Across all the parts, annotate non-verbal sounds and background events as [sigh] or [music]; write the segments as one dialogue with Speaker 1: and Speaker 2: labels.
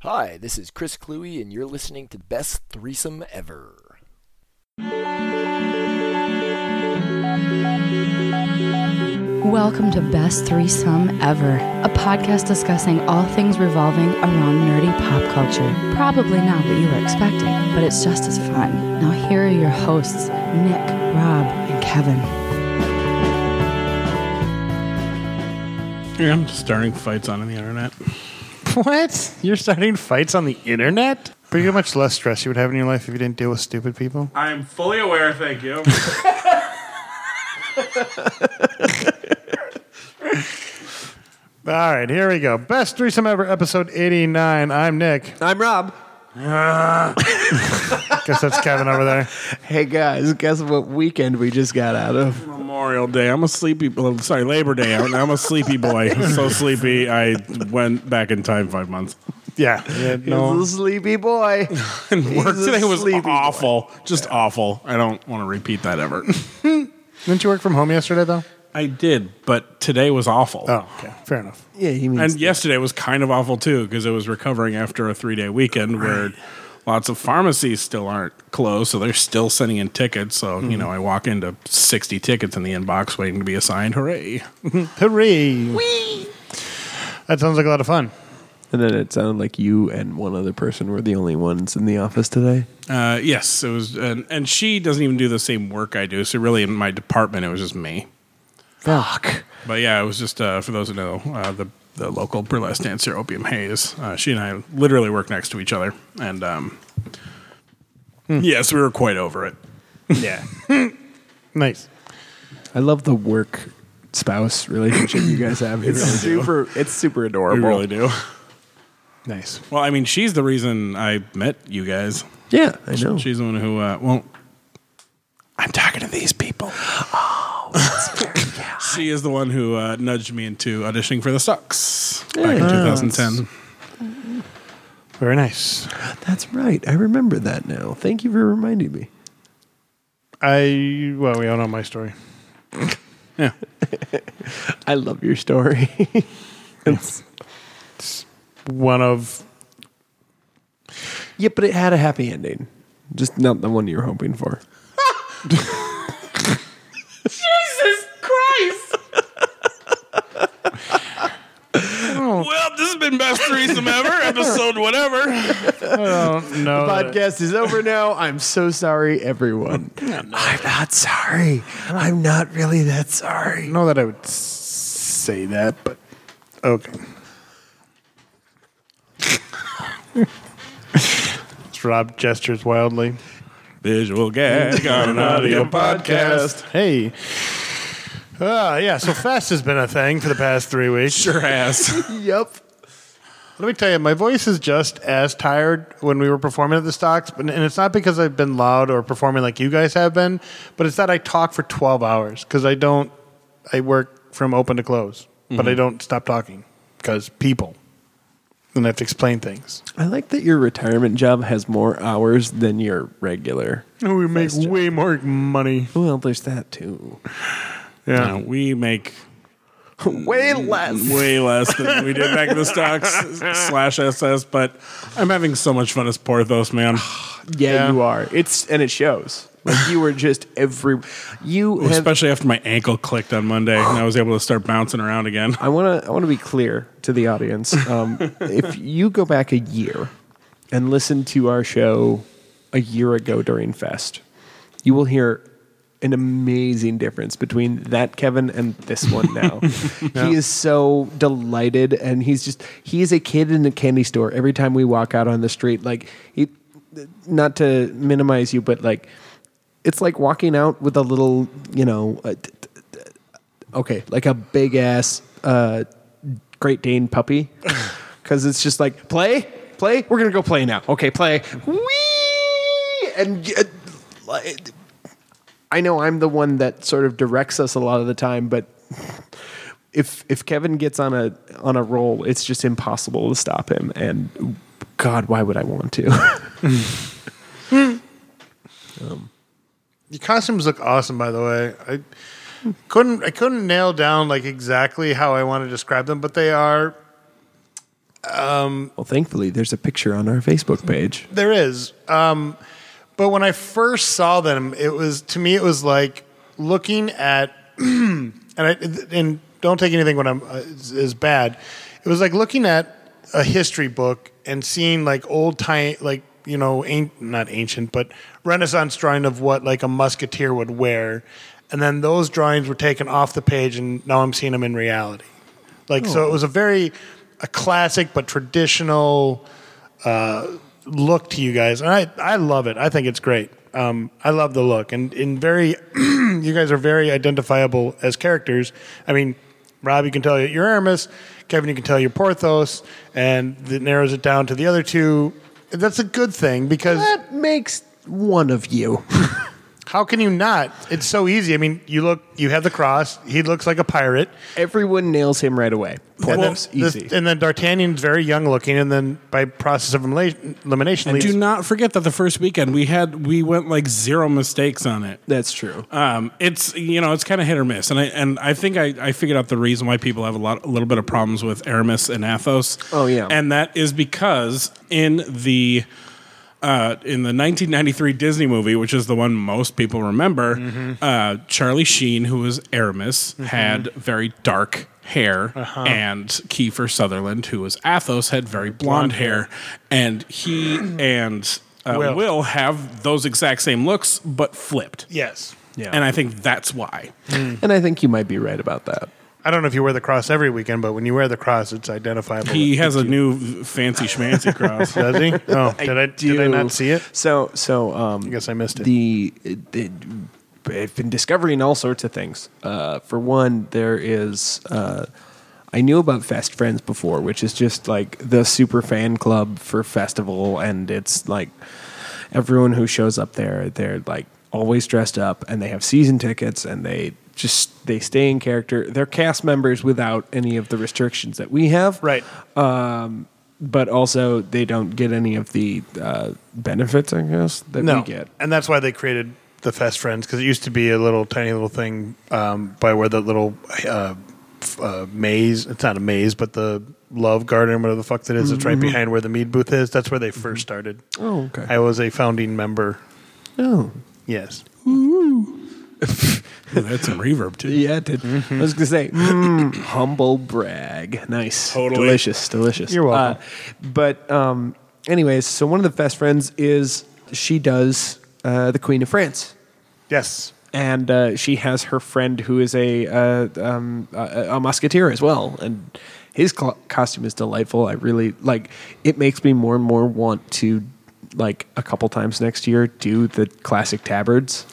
Speaker 1: Hi, this is Chris Cluey, and you're listening to Best Threesome Ever.
Speaker 2: Welcome to Best Threesome Ever, a podcast discussing all things revolving around nerdy pop culture. Probably not what you were expecting, but it's just as fun. Now, here are your hosts Nick, Rob, and Kevin.
Speaker 3: Yeah, I'm starting fights on the internet.
Speaker 4: What?
Speaker 3: You're starting fights on the internet?
Speaker 4: Pretty much less stress you would have in your life if you didn't deal with stupid people.
Speaker 3: I'm fully aware, thank you.
Speaker 4: All right, here we go. Best threesome ever, episode 89. I'm Nick. Ah.
Speaker 5: I'm Rob.
Speaker 4: [laughs] Guess that's Kevin over there.
Speaker 5: Hey guys, guess what weekend we just got out of?
Speaker 3: Memorial Day. I'm a sleepy. well, sorry, Labor Day. I'm, I'm a sleepy boy. So sleepy, I went back in time five months. [laughs]
Speaker 4: Yeah. yeah no.
Speaker 5: He's a sleepy boy.
Speaker 3: And work
Speaker 5: a
Speaker 3: today was
Speaker 5: sleepy boy.
Speaker 3: awful. Just awful. I don't want to repeat that ever.
Speaker 4: Didn't you work from home yesterday, though?
Speaker 3: I did, but today was awful.
Speaker 4: Oh, okay. Fair enough.
Speaker 5: Yeah, he means.
Speaker 3: And yesterday was kind of awful too because I was recovering after a three day weekend where lots of pharmacies still aren't closed, so they're still sending in tickets. So you know, I walk into sixty tickets in the inbox waiting to be assigned. Hooray!
Speaker 4: Hooray. That sounds like a lot of fun.
Speaker 5: and then it sounded like you and one other person were the only ones in the office today.
Speaker 3: Uh, yes, it was, and, and she doesn't even do the same work I do. So really, in my department, it was just me.
Speaker 5: Fuck.
Speaker 3: But yeah, it was just uh, for those who know uh, the the local burlesque dancer Opium Hayes. Uh, she and I literally work next to each other, and um, yes, we were quite over it. [laughs]
Speaker 4: Yeah. nice.
Speaker 5: I love the work spouse relationship you guys [laughs] have. It's super. It's super
Speaker 3: We
Speaker 5: adorable.
Speaker 3: really do.
Speaker 4: Nice.
Speaker 3: Well, I mean, she's the reason I met you guys.
Speaker 5: Yeah, I know.
Speaker 3: She's the one who uh, won't. I'm talking to these people. [laughs] she is the one who uh, nudged me into auditioning for the Sox back in
Speaker 5: Yeah.
Speaker 3: 2010.
Speaker 4: Very nice.
Speaker 5: That's right. I remember that now. Thank you for reminding me.
Speaker 4: I, well, we all know my story.
Speaker 3: Yeah,
Speaker 5: I love your story. [laughs] It's-
Speaker 4: One of,
Speaker 5: yeah, but it had a happy ending. Just not the one you were hoping for.
Speaker 3: Well, this has been best threesome ever, episode whatever.
Speaker 4: no.
Speaker 5: podcast is over now. I'm so sorry,
Speaker 4: [laughs]
Speaker 5: everyone. I'm not sorry. I'm not really that sorry.
Speaker 4: know that I would s- say that, but okay. Rob gestures wildly.
Speaker 3: Visual gag on an audio podcast.
Speaker 4: Hey. Uh, yeah, so fast has been a thing for the past three weeks.
Speaker 3: Sure ass.
Speaker 5: [laughs] Yep.
Speaker 4: Let me tell you, my voice is just as tired when we were performing at the stocks, but, and it's not because I've been loud or performing like you guys have been, but it's that I talk for 12 hours because I don't, I work from open to close, but I don't stop talking because people. And I have to explain things.
Speaker 5: I like that your retirement job has more hours than your regular.
Speaker 4: We make way more money.
Speaker 5: Well, there's that too.
Speaker 3: Uh, we make
Speaker 5: Way less.
Speaker 3: way less than we did back in the stocks slash SS, but I'm having so much fun as Porthos, man.
Speaker 5: Yeah,
Speaker 4: Yeah.
Speaker 5: you are. It's and it shows. Like you were just every. You have.
Speaker 3: Especially after my ankle clicked on Monday and I was able to start bouncing around again.
Speaker 5: I want to. I want to be clear to the audience. Um, if you go back a year and listen to our show a year ago during Fest, you will hear an amazing difference between that Kevin and this one now. He is so delighted, and he's just he is a kid in a candy store. Every time we walk out on the street, like he, not to minimize you, but like it's like walking out with a little, you know. uh, t- t- t- Okay, like a big ass uh, Great Dane puppy, [laughs] because it's just like play, play. We're gonna go play now. Okay, play. Whee! And uh, li- I know I'm the one that sort of directs us a lot of the time, but if if Kevin gets on a on a roll, it's just impossible to stop him. And God, why would I want to? [laughs]
Speaker 4: Your costumes look awesome, by the way. I couldn't I couldn't nail down like exactly how I want to describe them, but they are
Speaker 5: Well, thankfully, there's a picture on our Facebook page.
Speaker 4: There is. Um, but when I first saw them, it was to me it was like looking at [clears throat] and I, and don't take anything when I'm uh, is is bad. It was like looking at a history book and seeing like old time like you know an- not ancient but Renaissance drawing of what like a musketeer would wear, and then those drawings were taken off the page, and now I'm seeing them in reality. Like so, it was a very a classic but traditional uh, look to you guys, and I, I love it. I think it's great. Um, I love the look, and in very, [clears throat] you guys are very identifiable as characters. I mean, Rob, you can tell you're Aramis. Kevin, you can tell you're Porthos, and it narrows it down to the other two. That's a good thing because
Speaker 5: That makes one of you.
Speaker 4: how can you not? It's so easy. I mean, you look, you have the cross. He looks like a pirate.
Speaker 5: Everyone nails him right away.
Speaker 4: And then,
Speaker 5: Porthos,
Speaker 4: this-
Speaker 5: easy.
Speaker 4: and then D'Artagnan's very young looking, and then by process of elimina- elimination,
Speaker 3: And
Speaker 4: leaves
Speaker 3: do not forget that the first weekend we had we went like zero mistakes on it.
Speaker 5: That's true.
Speaker 3: Um, it's you know it's kind of hit or miss, and I and I think I, I figured out the reason why people have a lot a little bit of problems with Aramis and Athos.
Speaker 5: Oh, yeah.
Speaker 3: and that is because in the uh, in the 1993 Disney movie, which is the one most people remember, uh, Charlie Sheen, who was Aramis, had very dark hair, and Kiefer Sutherland, who was Athos, had very blonde, hair. and he and uh,
Speaker 4: Will.
Speaker 3: Will have those exact same looks, but flipped.
Speaker 4: yes,
Speaker 5: Yeah.
Speaker 3: And I think that's why.
Speaker 4: Um,
Speaker 5: and I think you might be right about that.
Speaker 4: I don't know if you wear the cross every weekend, but when you wear the cross, it's identifiable.
Speaker 3: He has a new v- fancy schmancy [laughs]
Speaker 5: [laughs]
Speaker 3: cross.
Speaker 4: Does he? Oh, did I did I not see it?
Speaker 5: So so um
Speaker 4: I guess I missed it.
Speaker 5: The, the I've been discovering all sorts of things. Uh, for one, there is uh, I knew about Fest Friends before, which is just like the super fan club for festival, and it's like everyone who shows up there, they're like always dressed up, and they have season tickets, and they just they stay in character. They're cast members without any of the restrictions that we have, Um,
Speaker 4: Right.
Speaker 5: But also, they don't get any of the uh, benefits, I guess, that
Speaker 4: No.
Speaker 5: we get.
Speaker 4: And that's why they created the Fest Friends because it used to be a little tiny little thing um, by where the little uh, f- uh, maze. It's not a maze, but the Love Garden, whatever the fuck that is, It's right behind where the mead booth is. That's where they first started.
Speaker 5: Oh, okay.
Speaker 4: I was a founding member.
Speaker 5: Oh,
Speaker 4: Yes.
Speaker 3: Ooh, that's some reverb too.
Speaker 5: yeah, it did. I was gonna say [coughs] mm, humble brag. Nice,
Speaker 3: Totally.
Speaker 5: delicious, delicious.
Speaker 4: You're welcome.
Speaker 5: Uh, but um, anyways, so one of the best friends is she does uh, the Queen of France,
Speaker 4: Yes.
Speaker 5: and uh, she has her friend who is a uh, um, a, a musketeer as well, and his cl- costume is delightful. I really like. It makes me more and more want to like a couple times next year do the classic tabards.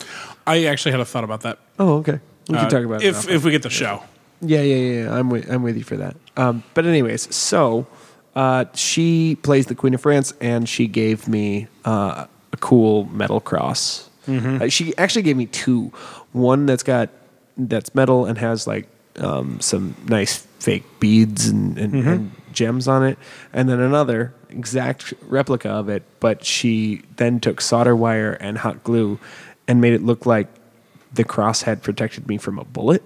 Speaker 3: I actually had a thought about that.
Speaker 5: Oh, okay. We
Speaker 3: Uh,
Speaker 5: can talk about it
Speaker 3: if
Speaker 5: off-
Speaker 3: if we get the show.
Speaker 5: Yeah, yeah, yeah. yeah. I'm with, I'm with you for that. Um, but anyways, so uh, she plays the Queen of France, and she gave me uh, a cool metal cross. Uh, she actually gave me two. One that's got that's metal and has like um, some nice fake beads and, and, and gems on it, and then another exact replica of it. But she then took solder wire and hot glue and made it look like the cross had protected me from a bullet.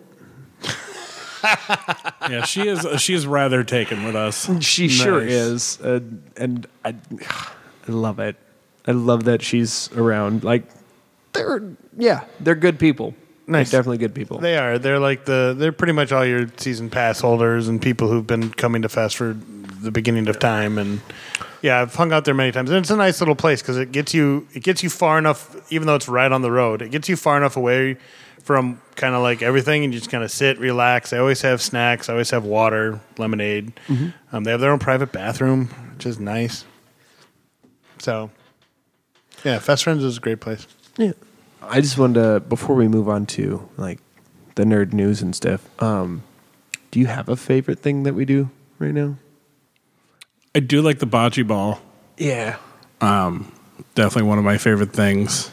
Speaker 3: Yeah, she is she is rather taken with us.
Speaker 5: [laughs] She sure
Speaker 4: Nice.
Speaker 5: is, uh, and I, I love it. I love that she's around. Like, they're yeah, they're good people.
Speaker 4: Nice.
Speaker 5: they're definitely good people.
Speaker 4: They are. They're like the. They're pretty much all your season pass holders and people who've been coming to Fest for the beginning of time. And yeah, I've hung out there many times. And it's a nice little place because it gets you. It gets you far enough, even though it's right on the road. It gets you far enough away from kind of like everything, and you just kind of sit, relax. They always have snacks. I always have water, lemonade.
Speaker 3: Mm-hmm.
Speaker 4: Um, they have their own private bathroom, which is nice. So, yeah, Fest Friends is a great place.
Speaker 5: yeah. I just wanted to before we move on to like the nerd news and stuff. Um, do you have a favorite thing that we do right now?
Speaker 3: I do like the bocce ball. Um,
Speaker 5: Yeah,
Speaker 3: Definitely one of my favorite things.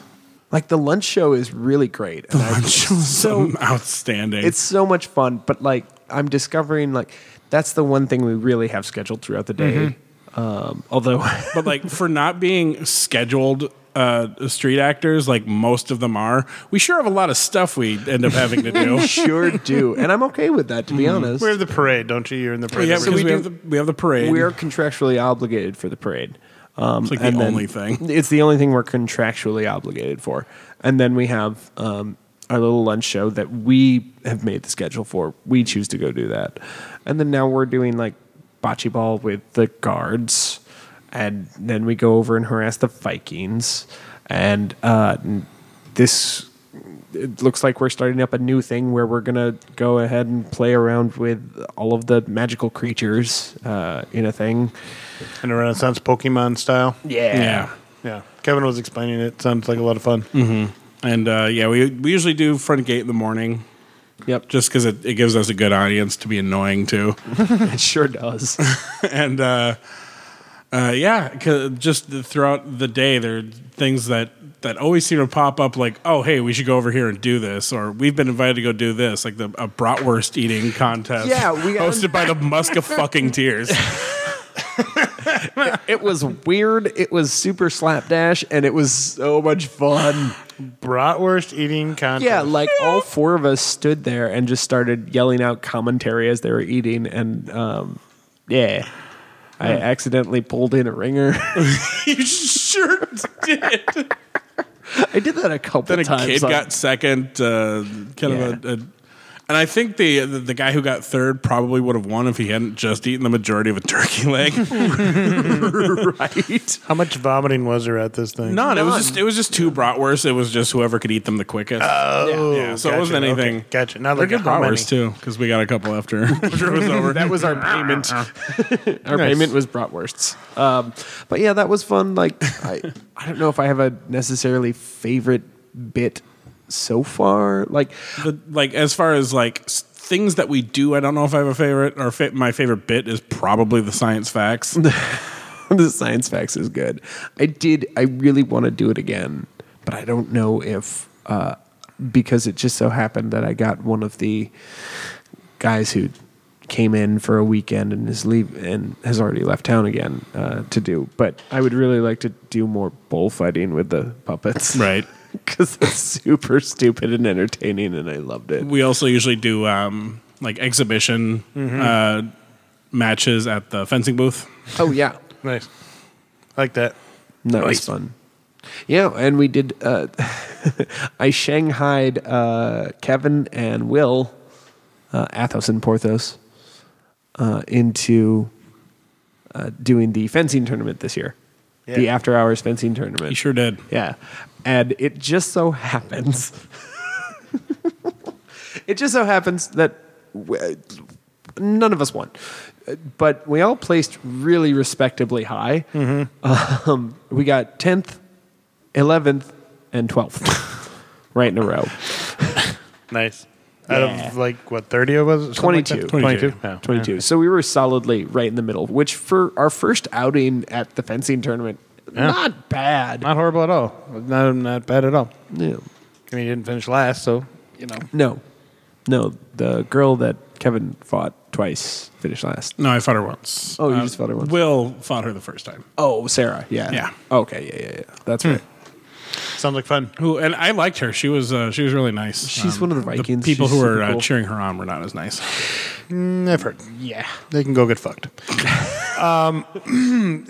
Speaker 5: like the lunch show is really great.
Speaker 3: [laughs]
Speaker 5: and
Speaker 4: [laughs]
Speaker 5: I-
Speaker 3: so outstanding.
Speaker 5: it's so much fun but like i'm discovering like that's the one thing we really
Speaker 4: Mm-hmm.
Speaker 5: have scheduled throughout the day um, although [laughs]
Speaker 3: but like for not being scheduled uh, street actors, like most of them are, we sure have a lot of stuff we end up having to do.
Speaker 5: [laughs] Sure do. And I'm okay with that, to be honest.
Speaker 4: Hmm. We're the parade, don't you? You're in the parade.
Speaker 3: yeah,
Speaker 4: every
Speaker 3: because we,
Speaker 5: we
Speaker 3: have
Speaker 5: do-
Speaker 3: the, we have the parade.
Speaker 5: We are contractually obligated for the parade. Um,
Speaker 3: It's like the
Speaker 5: and then-
Speaker 3: only thing.
Speaker 5: [laughs] It's the only thing we're contractually obligated for. And then we have um, our little lunch show that we have made the schedule for. We choose to go do that. And then now we're doing like bocce ball with the guards. And then we go over and harass the Vikings. And uh, n- this it looks like we're starting up a new thing where we're gonna go ahead and play around with all of the magical creatures uh, in a thing.
Speaker 4: in a Renaissance Pokemon style.
Speaker 5: Yeah.
Speaker 3: yeah.
Speaker 4: Yeah, Kevin was explaining it. Sounds like a lot of fun.
Speaker 5: Mm.
Speaker 3: And uh, yeah, we, we usually do front gate in the morning
Speaker 5: Yep.
Speaker 3: just because it, it gives us a good audience to be annoying
Speaker 5: [laughs]
Speaker 3: to.
Speaker 5: It sure does.
Speaker 3: and uh, uh, yeah, 'cause just the- throughout the day, there are things that that always seem to pop up. Like, oh, hey, we should go over here and do this, or we've been invited to go do this, like the a bratwurst eating contest.
Speaker 5: Yeah, we got-
Speaker 3: hosted by the Musk of
Speaker 5: [laughs]
Speaker 3: fucking tears.
Speaker 5: it was weird. It was super slapdash, and it was so much fun.
Speaker 4: Bratwurst eating
Speaker 5: [gasps]
Speaker 4: contest.
Speaker 5: Yeah, like all four of us stood there and just started yelling out commentary as they were eating, and um, yeah. I accidentally pulled in a ringer.
Speaker 3: you [laughs] sure did.
Speaker 5: [laughs] I did that a couple
Speaker 3: Then a
Speaker 5: times.
Speaker 3: kid
Speaker 5: on-
Speaker 3: got second. Uh, kind of a. a and I think the, the the guy who got third probably would have won if he hadn't just eaten the majority of a [laughs] turkey leg.
Speaker 5: right.
Speaker 4: How much vomiting was there at this thing?
Speaker 3: None. It was just it was just two bratwursts. It was just whoever could eat them the quickest.
Speaker 4: Oh,
Speaker 3: yeah, so it wasn't
Speaker 4: gotcha.
Speaker 3: anything.
Speaker 4: Okay, gotcha. Not
Speaker 3: They're
Speaker 4: like
Speaker 3: good
Speaker 4: how many?
Speaker 3: bratwursts too, because we got a couple after, [laughs] after it
Speaker 4: [laughs]
Speaker 3: was over.
Speaker 5: That was our payment. our payment was bratwursts. Um, but yeah, that was fun. Like I, I don't know if I have a necessarily favorite bit so far. Like
Speaker 3: [laughs] But, like as far as like s- things that we do, I don't know if I have a favorite or fa- my favorite bit is probably the science facts.
Speaker 4: [laughs]
Speaker 5: [laughs] the science facts is good. I did. I really want to do it again, but I don't know if uh, because it just so happened that I got one of the guys who came in for a weekend and is leave and has already left town again uh, to do. But I would really like to do more bullfighting with the puppets, [laughs]
Speaker 3: Right.
Speaker 5: Because it's super stupid and entertaining, and I loved it.
Speaker 3: we also usually do um, like exhibition
Speaker 5: Mm-hmm.
Speaker 3: uh, matches at the fencing booth.
Speaker 5: Oh yeah,
Speaker 4: Nice. I like that.
Speaker 5: And That was
Speaker 3: Nice.
Speaker 5: fun. Yeah, and we did. Uh, [laughs] I shanghaied uh, Kevin and Will, uh, Athos and Porthos, uh, into uh, doing the fencing tournament this year, the
Speaker 4: Yeah.
Speaker 5: after hours fencing tournament.
Speaker 3: You sure did.
Speaker 5: Yeah. And it just so happens. [laughs] it just so happens that w- none of us won. Uh, But we all placed really respectably high.
Speaker 4: Mm-hmm.
Speaker 5: Um, we got 10th, 11th, and 12th [laughs] right in a row.
Speaker 4: Nice. Out of like what thirty of us? Something like that?
Speaker 5: 22.
Speaker 4: 22.
Speaker 3: 22.
Speaker 4: Yeah.
Speaker 5: 22. So we were solidly right in the middle, which for our first outing at the fencing tournament, not bad.
Speaker 4: Not horrible at all. Not not bad at all.
Speaker 5: No.
Speaker 4: I mean, you didn't finish last, so you know.
Speaker 5: No. No, the girl that Kevin fought twice finished last.
Speaker 3: No, I fought her once. Uh,
Speaker 5: Oh, you just fought her once.
Speaker 3: Will fought her the first time.
Speaker 5: Oh, Sarah. Yeah. Oh, Hmm.
Speaker 3: Yeah.
Speaker 5: Okay. Yeah. Yeah. Yeah. That's right.
Speaker 4: Sounds like fun.
Speaker 3: Who and I liked her. She was uh, she was really nice. Um,
Speaker 5: She's one of the Vikings.
Speaker 3: people
Speaker 5: She's
Speaker 3: who
Speaker 5: super
Speaker 3: were uh,
Speaker 5: cool.
Speaker 3: cheering her on were not as nice.
Speaker 4: Never.
Speaker 5: Yeah.
Speaker 4: They can go get fucked. [laughs] um,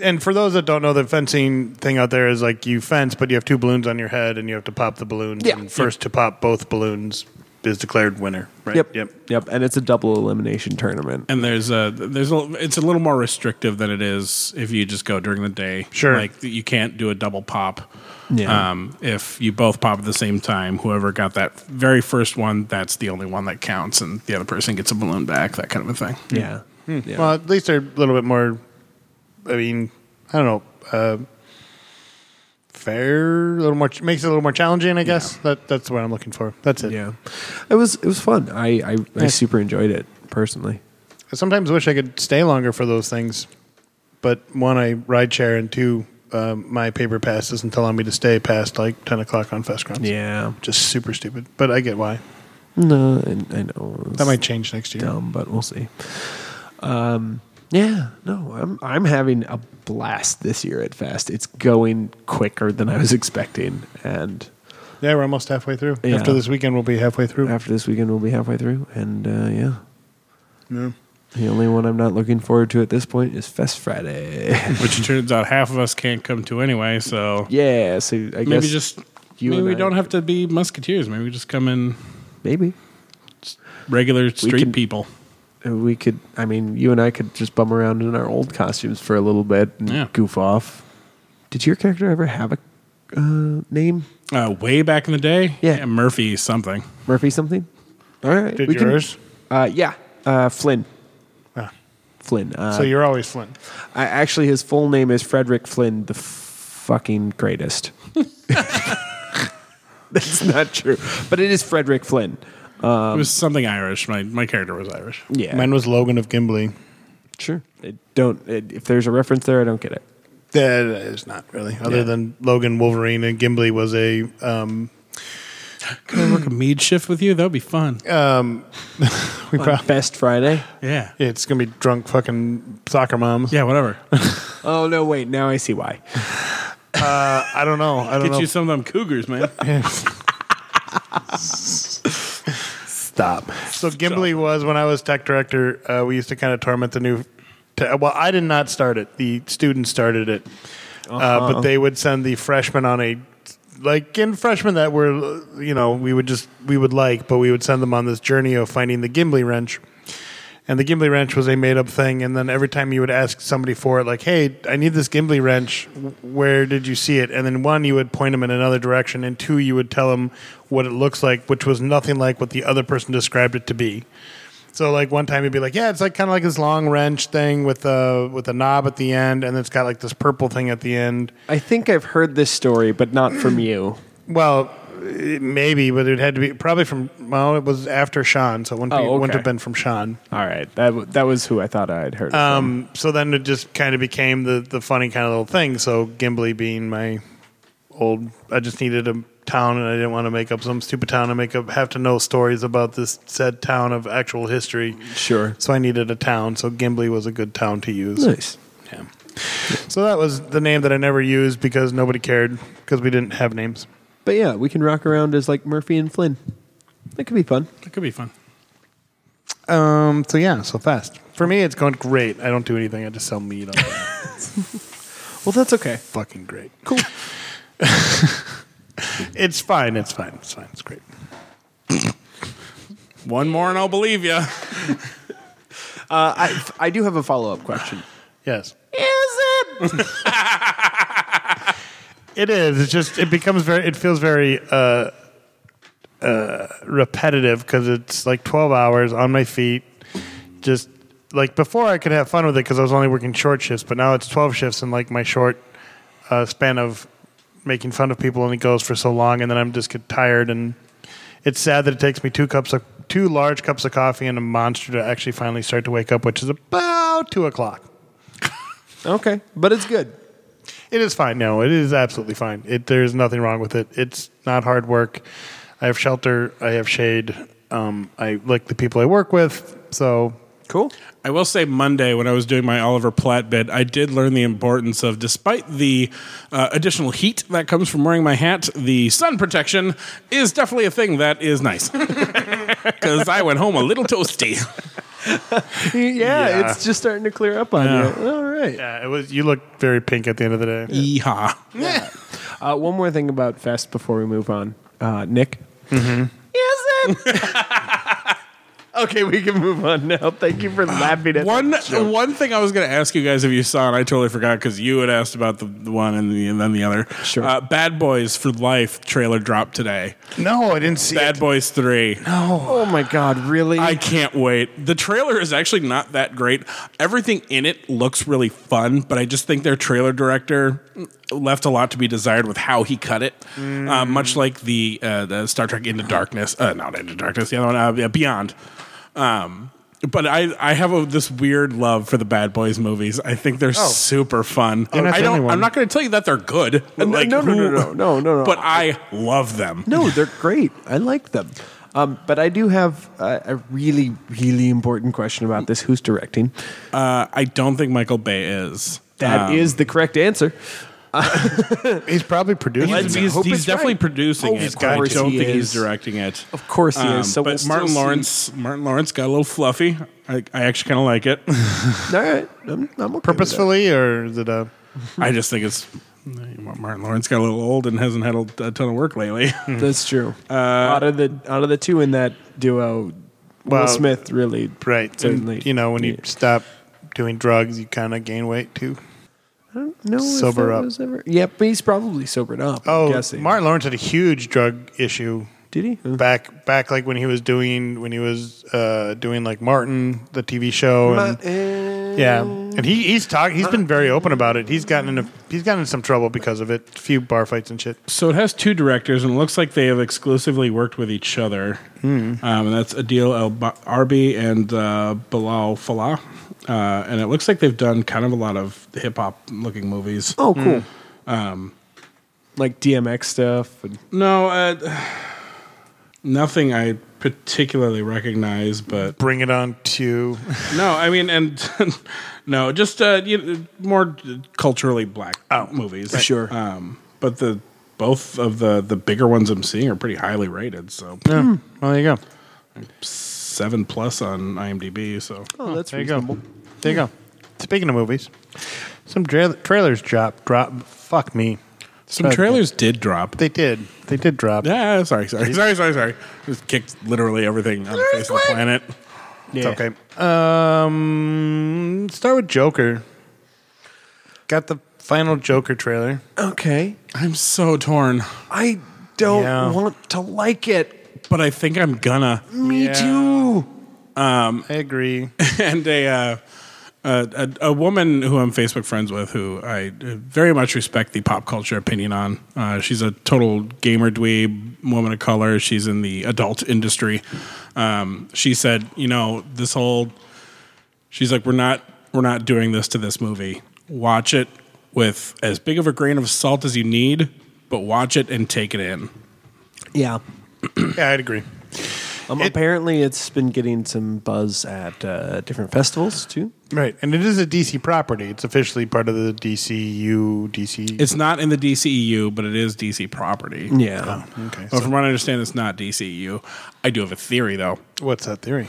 Speaker 4: [clears throat] and for those that don't know, the fencing thing out there is like you fence, but you have two balloons on your head, and you have to pop the balloons.
Speaker 5: Yeah.
Speaker 4: And first to pop both balloons is declared winner. Right.
Speaker 5: Yep.
Speaker 4: Yep.
Speaker 5: Yep. And it's a double elimination tournament.
Speaker 3: and there's a there's a it's a little more restrictive than it is if you just go during the day.
Speaker 4: Sure.
Speaker 3: like you can't do a double pop.
Speaker 5: Yeah.
Speaker 3: Um, if you both pop at the same time, whoever got that very first one, that's the only one that counts, and the other person gets a balloon back. That kind of a thing.
Speaker 5: Yeah. Hmm. Yeah.
Speaker 4: Well, at least they're a little bit more. I mean, I don't know. Uh, fair, a little more makes it a little more challenging. I guess that that's what I'm looking for. That's it.
Speaker 5: yeah. It was. It was fun. I. I, I super enjoyed it personally.
Speaker 4: I sometimes wish I could stay longer for those things, but one, I ride share, and two, um, my paper pass doesn't allow me to stay past like 10 o'clock on Fest Grounds.
Speaker 5: Yeah.
Speaker 4: Just super stupid, but I get why.
Speaker 5: No. I, I know.
Speaker 4: That might change next year.
Speaker 5: dumb, but we'll see. Um, Yeah, no, I'm I'm having a blast this year at Fest. It's going quicker than I was expecting, and
Speaker 4: Yeah, we're almost halfway through.
Speaker 5: Yeah.
Speaker 4: After this weekend, we'll be halfway through.
Speaker 5: after this weekend we'll be halfway through. And uh, yeah,
Speaker 4: Yeah.
Speaker 5: the only one I'm not looking forward to at this point is Fest Friday. [laughs]
Speaker 3: Which it turns out half of us can't come to anyway. So
Speaker 5: yeah, so I
Speaker 3: maybe
Speaker 5: guess
Speaker 3: just
Speaker 5: you
Speaker 3: maybe
Speaker 5: and
Speaker 3: we
Speaker 5: I-
Speaker 3: don't have to be musketeers. Maybe we just come in
Speaker 5: maybe
Speaker 3: regular street
Speaker 5: can-
Speaker 3: people.
Speaker 5: we could. I mean, you and I could just bum around in our old costumes for a little bit and
Speaker 3: Yeah.
Speaker 5: goof off. Did your character ever have a uh, name,
Speaker 3: Uh, way back in the day,
Speaker 5: Yeah.
Speaker 3: Murphy something.
Speaker 5: Murphy something? All right,
Speaker 4: Did
Speaker 5: we can-
Speaker 4: yours?
Speaker 5: uh, yeah, uh, Flynn.
Speaker 4: Ah.
Speaker 5: Flynn. Uh,
Speaker 4: so you're always Flynn.
Speaker 5: I, actually, his full name is Frederick Flynn, the f- fucking [laughs] greatest. That's not true, but it is Frederick Flynn. Um,
Speaker 3: it was something Irish. My my character was Irish.
Speaker 5: Yeah,
Speaker 4: Mine was Logan of Gimbley.
Speaker 5: sure. It don't it, if there's a reference there, I don't get it.
Speaker 4: That is not really. Other
Speaker 5: Yeah.
Speaker 4: than Logan Wolverine and Gimbley was a um,
Speaker 3: Could I work a mead shift with you? That would be fun.
Speaker 4: we probably
Speaker 5: Best Friday.
Speaker 3: Yeah.
Speaker 4: yeah, it's gonna be drunk fucking soccer moms.
Speaker 3: Yeah, whatever.
Speaker 5: Oh no! Wait, now I see why.
Speaker 4: Uh, I don't know. I don't
Speaker 3: Get
Speaker 4: know.
Speaker 3: you some of them cougars, man. [laughs]
Speaker 4: Stop. So Gimbley was when I was tech director. Uh, we used to kind of torment the new. Te- well, I did not start it. The students started it, uh but they would send the freshmen on a like in freshmen that were you know we would just we would like, but we would send them on this journey of finding the Gimbley wrench. And the Gimbley wrench was a made up thing. And then every time you would ask somebody for it, like, hey, I need this Gimbley wrench. Where did you see it? And then one, you would point them in another direction. And two, you would tell them what it looks like, which was nothing like what the other person described it to be. So like one time you'd be like, yeah, it's like kind of like this long wrench thing with a with a knob at the end, and it's got like this purple thing at the end.
Speaker 5: I think I've heard this story, but not from you.
Speaker 4: Well, it- maybe, but it had to be probably from well, it was after Sean, so it wouldn't, be,
Speaker 5: Oh,
Speaker 4: it wouldn't
Speaker 5: okay.
Speaker 4: have been from Sean.
Speaker 5: All right, that w- that was who I thought I'd heard. it from.
Speaker 4: Um, so then it just kind of became the, the funny kind of little thing. So Gimbley being my old, I just needed a town and I didn't want to make up some stupid town and make up, have to know stories about this said town of actual history.
Speaker 5: Sure.
Speaker 4: So I needed a town. So Gimbley was a good town to use.
Speaker 5: Nice.
Speaker 4: Yeah. So that was the name that I never used because nobody cared because we didn't have names.
Speaker 5: But yeah, we can rock around as like Murphy and Flynn. That could be fun.
Speaker 3: That could be fun.
Speaker 4: Um, so yeah, so fast. For me, it's going great. I don't do anything. I just sell meat. On it.
Speaker 5: Well, that's okay.
Speaker 4: [laughs] Fucking great. [laughs]
Speaker 5: Cool. Uh,
Speaker 4: It's fine. It's fine. It's fine. It's great.
Speaker 3: One more and I'll believe you.
Speaker 5: Uh, I I do have a follow up question.
Speaker 4: Yes. Is [laughs] it? it is. It's just it becomes very. It feels very uh, uh, repetitive because it's like twelve hours on my feet. Just like before, I could have fun with it because I was only working short shifts, but now it's twelve shifts in like my short uh, span of making fun of people, and it goes for so long, and then I'm just get tired and. It's sad that it takes me two cups of two large cups of coffee and a monster to actually finally start to wake up, which is about two o'clock.
Speaker 5: Okay, but it's good.
Speaker 4: It is fine. No, it is absolutely fine. It, there's nothing wrong with it. It's not hard work. I have shelter. I have shade. Um, I like the people I work with. So
Speaker 5: Cool.
Speaker 3: I will say Monday when I was doing my Oliver Platt bit, I did learn the importance of, despite the uh, additional heat that comes from wearing my hat, the sun protection is definitely a thing that is nice. [laughs] Because I went home a little toasty.
Speaker 5: [laughs]
Speaker 3: [laughs]
Speaker 5: yeah,
Speaker 4: Yeah.
Speaker 5: it's just starting to clear up on you. All right.
Speaker 4: yeah, it was. You look very pink at the end of the day.
Speaker 3: Yeehaw.
Speaker 5: Uh, one more thing about Fest before we move on, uh, Nick. Is it? [laughs] okay, we can move on now. Thank you for laughing at
Speaker 3: One one thing I was going to ask you guys if you saw, and I totally forgot because you had asked about the, the one and, the, and then the other.
Speaker 5: Sure.
Speaker 3: Uh, Bad Boys for Life trailer dropped today.
Speaker 4: No, I didn't see
Speaker 3: Bad Boys 3.
Speaker 5: Oh my God! Really?
Speaker 3: I can't wait. The trailer is actually not that great. Everything in it looks really fun, but I just think their trailer director left a lot to be desired with how he cut it. Uh, much like the uh, the Star Trek Into Darkness, uh, not Into Darkness, the other one, uh, Beyond. Um, but I, I have a, this weird love for the Bad Boys movies. I think they're
Speaker 5: Oh.
Speaker 3: super fun.
Speaker 4: You're not
Speaker 3: I
Speaker 4: the only
Speaker 3: don't.
Speaker 4: one.
Speaker 3: I'm not going to tell you that they're good.
Speaker 5: no, no, no, no, no, no, no.
Speaker 3: But I love them.
Speaker 5: no, they're great. I like them. Um, but I do have uh, a really, really important question about this. Who's directing?
Speaker 3: Uh, I don't think Michael Bay is. um,
Speaker 5: That is the correct answer.
Speaker 4: He's probably producing.
Speaker 3: He's,
Speaker 4: it.
Speaker 3: he's,
Speaker 5: hope
Speaker 3: he's
Speaker 5: it's
Speaker 3: definitely
Speaker 5: right.
Speaker 3: producing
Speaker 5: Oh,
Speaker 3: it.
Speaker 5: of
Speaker 3: but I
Speaker 5: course
Speaker 3: don't
Speaker 5: he
Speaker 3: think he's
Speaker 5: is.
Speaker 3: directing it.
Speaker 5: Of course he
Speaker 3: Um,
Speaker 5: is. So
Speaker 3: but
Speaker 5: we'll still
Speaker 3: Martin
Speaker 5: see.
Speaker 3: Lawrence, Martin Lawrence got a little fluffy. I, I actually kind of like it. [laughs]
Speaker 5: All right, I'm, I'm okay with that.
Speaker 4: purposefully, or is it a?
Speaker 3: I just think it's Martin Lawrence got a little old and hasn't had a, a ton of work lately. [laughs]
Speaker 4: Mm.
Speaker 5: That's true.
Speaker 4: Uh,
Speaker 5: out of the out of the two in that duo,
Speaker 4: Well,
Speaker 5: Will Smith really
Speaker 4: Right.
Speaker 5: certainly.
Speaker 4: And, you know, when you
Speaker 5: yeah.
Speaker 4: stop doing drugs, you kind of gain weight too.
Speaker 5: no if
Speaker 4: sober
Speaker 5: that
Speaker 4: up.
Speaker 5: was ever- yeah, but he's probably sobered up.
Speaker 4: Oh,
Speaker 5: I'm guessing. Mm.
Speaker 4: Martin Lawrence had a huge drug issue
Speaker 5: did he?
Speaker 4: back back like when he was doing when he was uh, doing like Martin the TV show and
Speaker 5: eh.
Speaker 4: yeah,
Speaker 5: Mm.
Speaker 4: and he he's talk he's been very open about it. He's gotten in a, he's gotten in some trouble because of it. A few bar fights and shit.
Speaker 3: So it has two directors, and it looks like they have exclusively worked with each other.
Speaker 5: Hmm.
Speaker 3: Um, and that's Adil El Ba- Arbi and uh, Bilal Falah. Uh, and it looks like they've done kind of a lot of hip hop looking movies.
Speaker 5: Oh, cool. Um,
Speaker 4: Mm.
Speaker 5: like DMX stuff. And,
Speaker 3: No, uh, [sighs] nothing I particularly recognize, but
Speaker 4: Bring it on to [laughs]
Speaker 3: no, I mean, and [laughs] no, just uh, you know, more culturally black movies,
Speaker 5: Sure.
Speaker 3: Um, but the both of the the bigger ones I'm seeing are pretty highly rated, so
Speaker 4: hmm, well, there you go,
Speaker 3: seven plus on IMDb. So
Speaker 5: oh, that's
Speaker 4: there you
Speaker 5: reasonable.
Speaker 4: go, there you go. Speaking of movies, some dra- trailers drop drop. Fuck me,
Speaker 3: some
Speaker 4: Okay.
Speaker 3: trailers did drop.
Speaker 4: they did they did drop.
Speaker 3: yeah, sorry, sorry, sorry, sorry, sorry. Just kicked literally everything on the face of the planet.
Speaker 4: It's okay. Um, start with Joker. Got the final Joker trailer.
Speaker 5: Okay,
Speaker 3: I'm so torn,
Speaker 5: I don't
Speaker 4: Yeah.
Speaker 5: want to like it.
Speaker 3: but I think I'm gonna.
Speaker 5: Me
Speaker 4: Yeah.
Speaker 5: too.
Speaker 4: Um, I agree. [coughs]
Speaker 3: [laughs] and a, uh, a, a a woman who I'm Facebook friends with, who I very much respect the pop culture opinion on. Uh, she's a total gamer dweeb, woman of color. She's in the adult industry. Um, she said, you know, this whole. She's like, we're not we're not doing this to this movie. Watch it with as big of a grain of salt as you need, but watch it and take it in.
Speaker 5: Yeah.
Speaker 4: yeah, I'd agree.
Speaker 5: Um, apparently, it's been getting some buzz at uh, different festivals too.
Speaker 4: Right, and it is a DC property. It's officially part of the DCU. DC.
Speaker 3: It's not in the DCEU, but it is DC property.
Speaker 5: Yeah.
Speaker 4: okay.
Speaker 3: But from what I understand, it's not DCU. I do have a theory, though.
Speaker 4: What's that theory?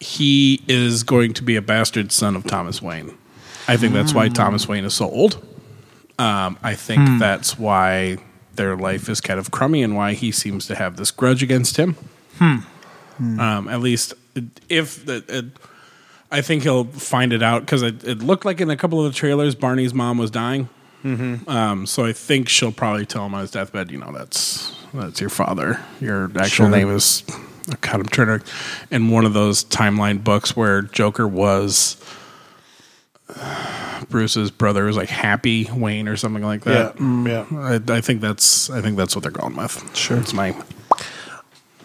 Speaker 3: He is going to be a bastard son of Thomas Wayne. I think that's why Thomas Wayne is so old. Um, I think that's why their life is kind of crummy and why he seems to have this grudge against him. Um, at least, if the. Uh, I think he'll find it out because it, it looked like in a couple of the trailers Barney's mom was dying. Um, so I think she'll probably tell him on his deathbed, you know, that's that's your father. Your actual name is oh God. I'm trying to in one of those timeline books where Joker was uh, Bruce's brother was like Happy Wayne or something like that.
Speaker 4: yeah.
Speaker 3: I, I think that's I think that's what they're going with. Sure, it's my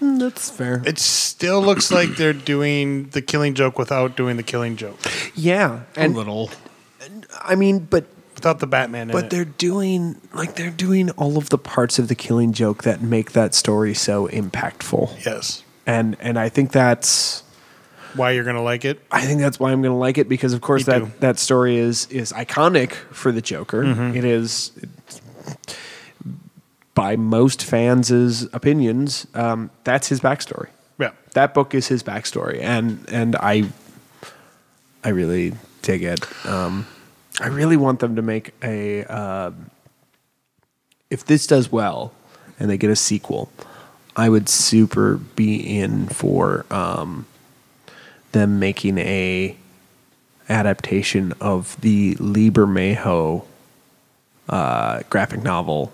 Speaker 5: Mm, That's
Speaker 4: [laughs]
Speaker 5: fair.
Speaker 4: It still looks like they're doing the Killing Joke without doing the Killing Joke,
Speaker 5: Yeah, and
Speaker 3: little.
Speaker 5: I mean, but
Speaker 4: without the Batman. in
Speaker 5: but
Speaker 4: it.
Speaker 5: they're doing like they're doing all of the parts of the Killing Joke that make that story so impactful,
Speaker 4: yes.
Speaker 5: and and I think that's
Speaker 4: Why you're gonna like it?
Speaker 5: I think that's why I'm going to like it because of course
Speaker 4: Me
Speaker 5: that
Speaker 4: too.
Speaker 5: that story is is iconic for the Joker.
Speaker 4: Mm-hmm.
Speaker 5: It is it's- by most fans' opinions, um, that's his backstory.
Speaker 4: Yeah.
Speaker 5: That book is his backstory, and and I I really dig it. Um, I really want them to make a uh, if this does well and they get a sequel. I would super be in for um, them making a adaptation of the Lieber Mayho uh, graphic novel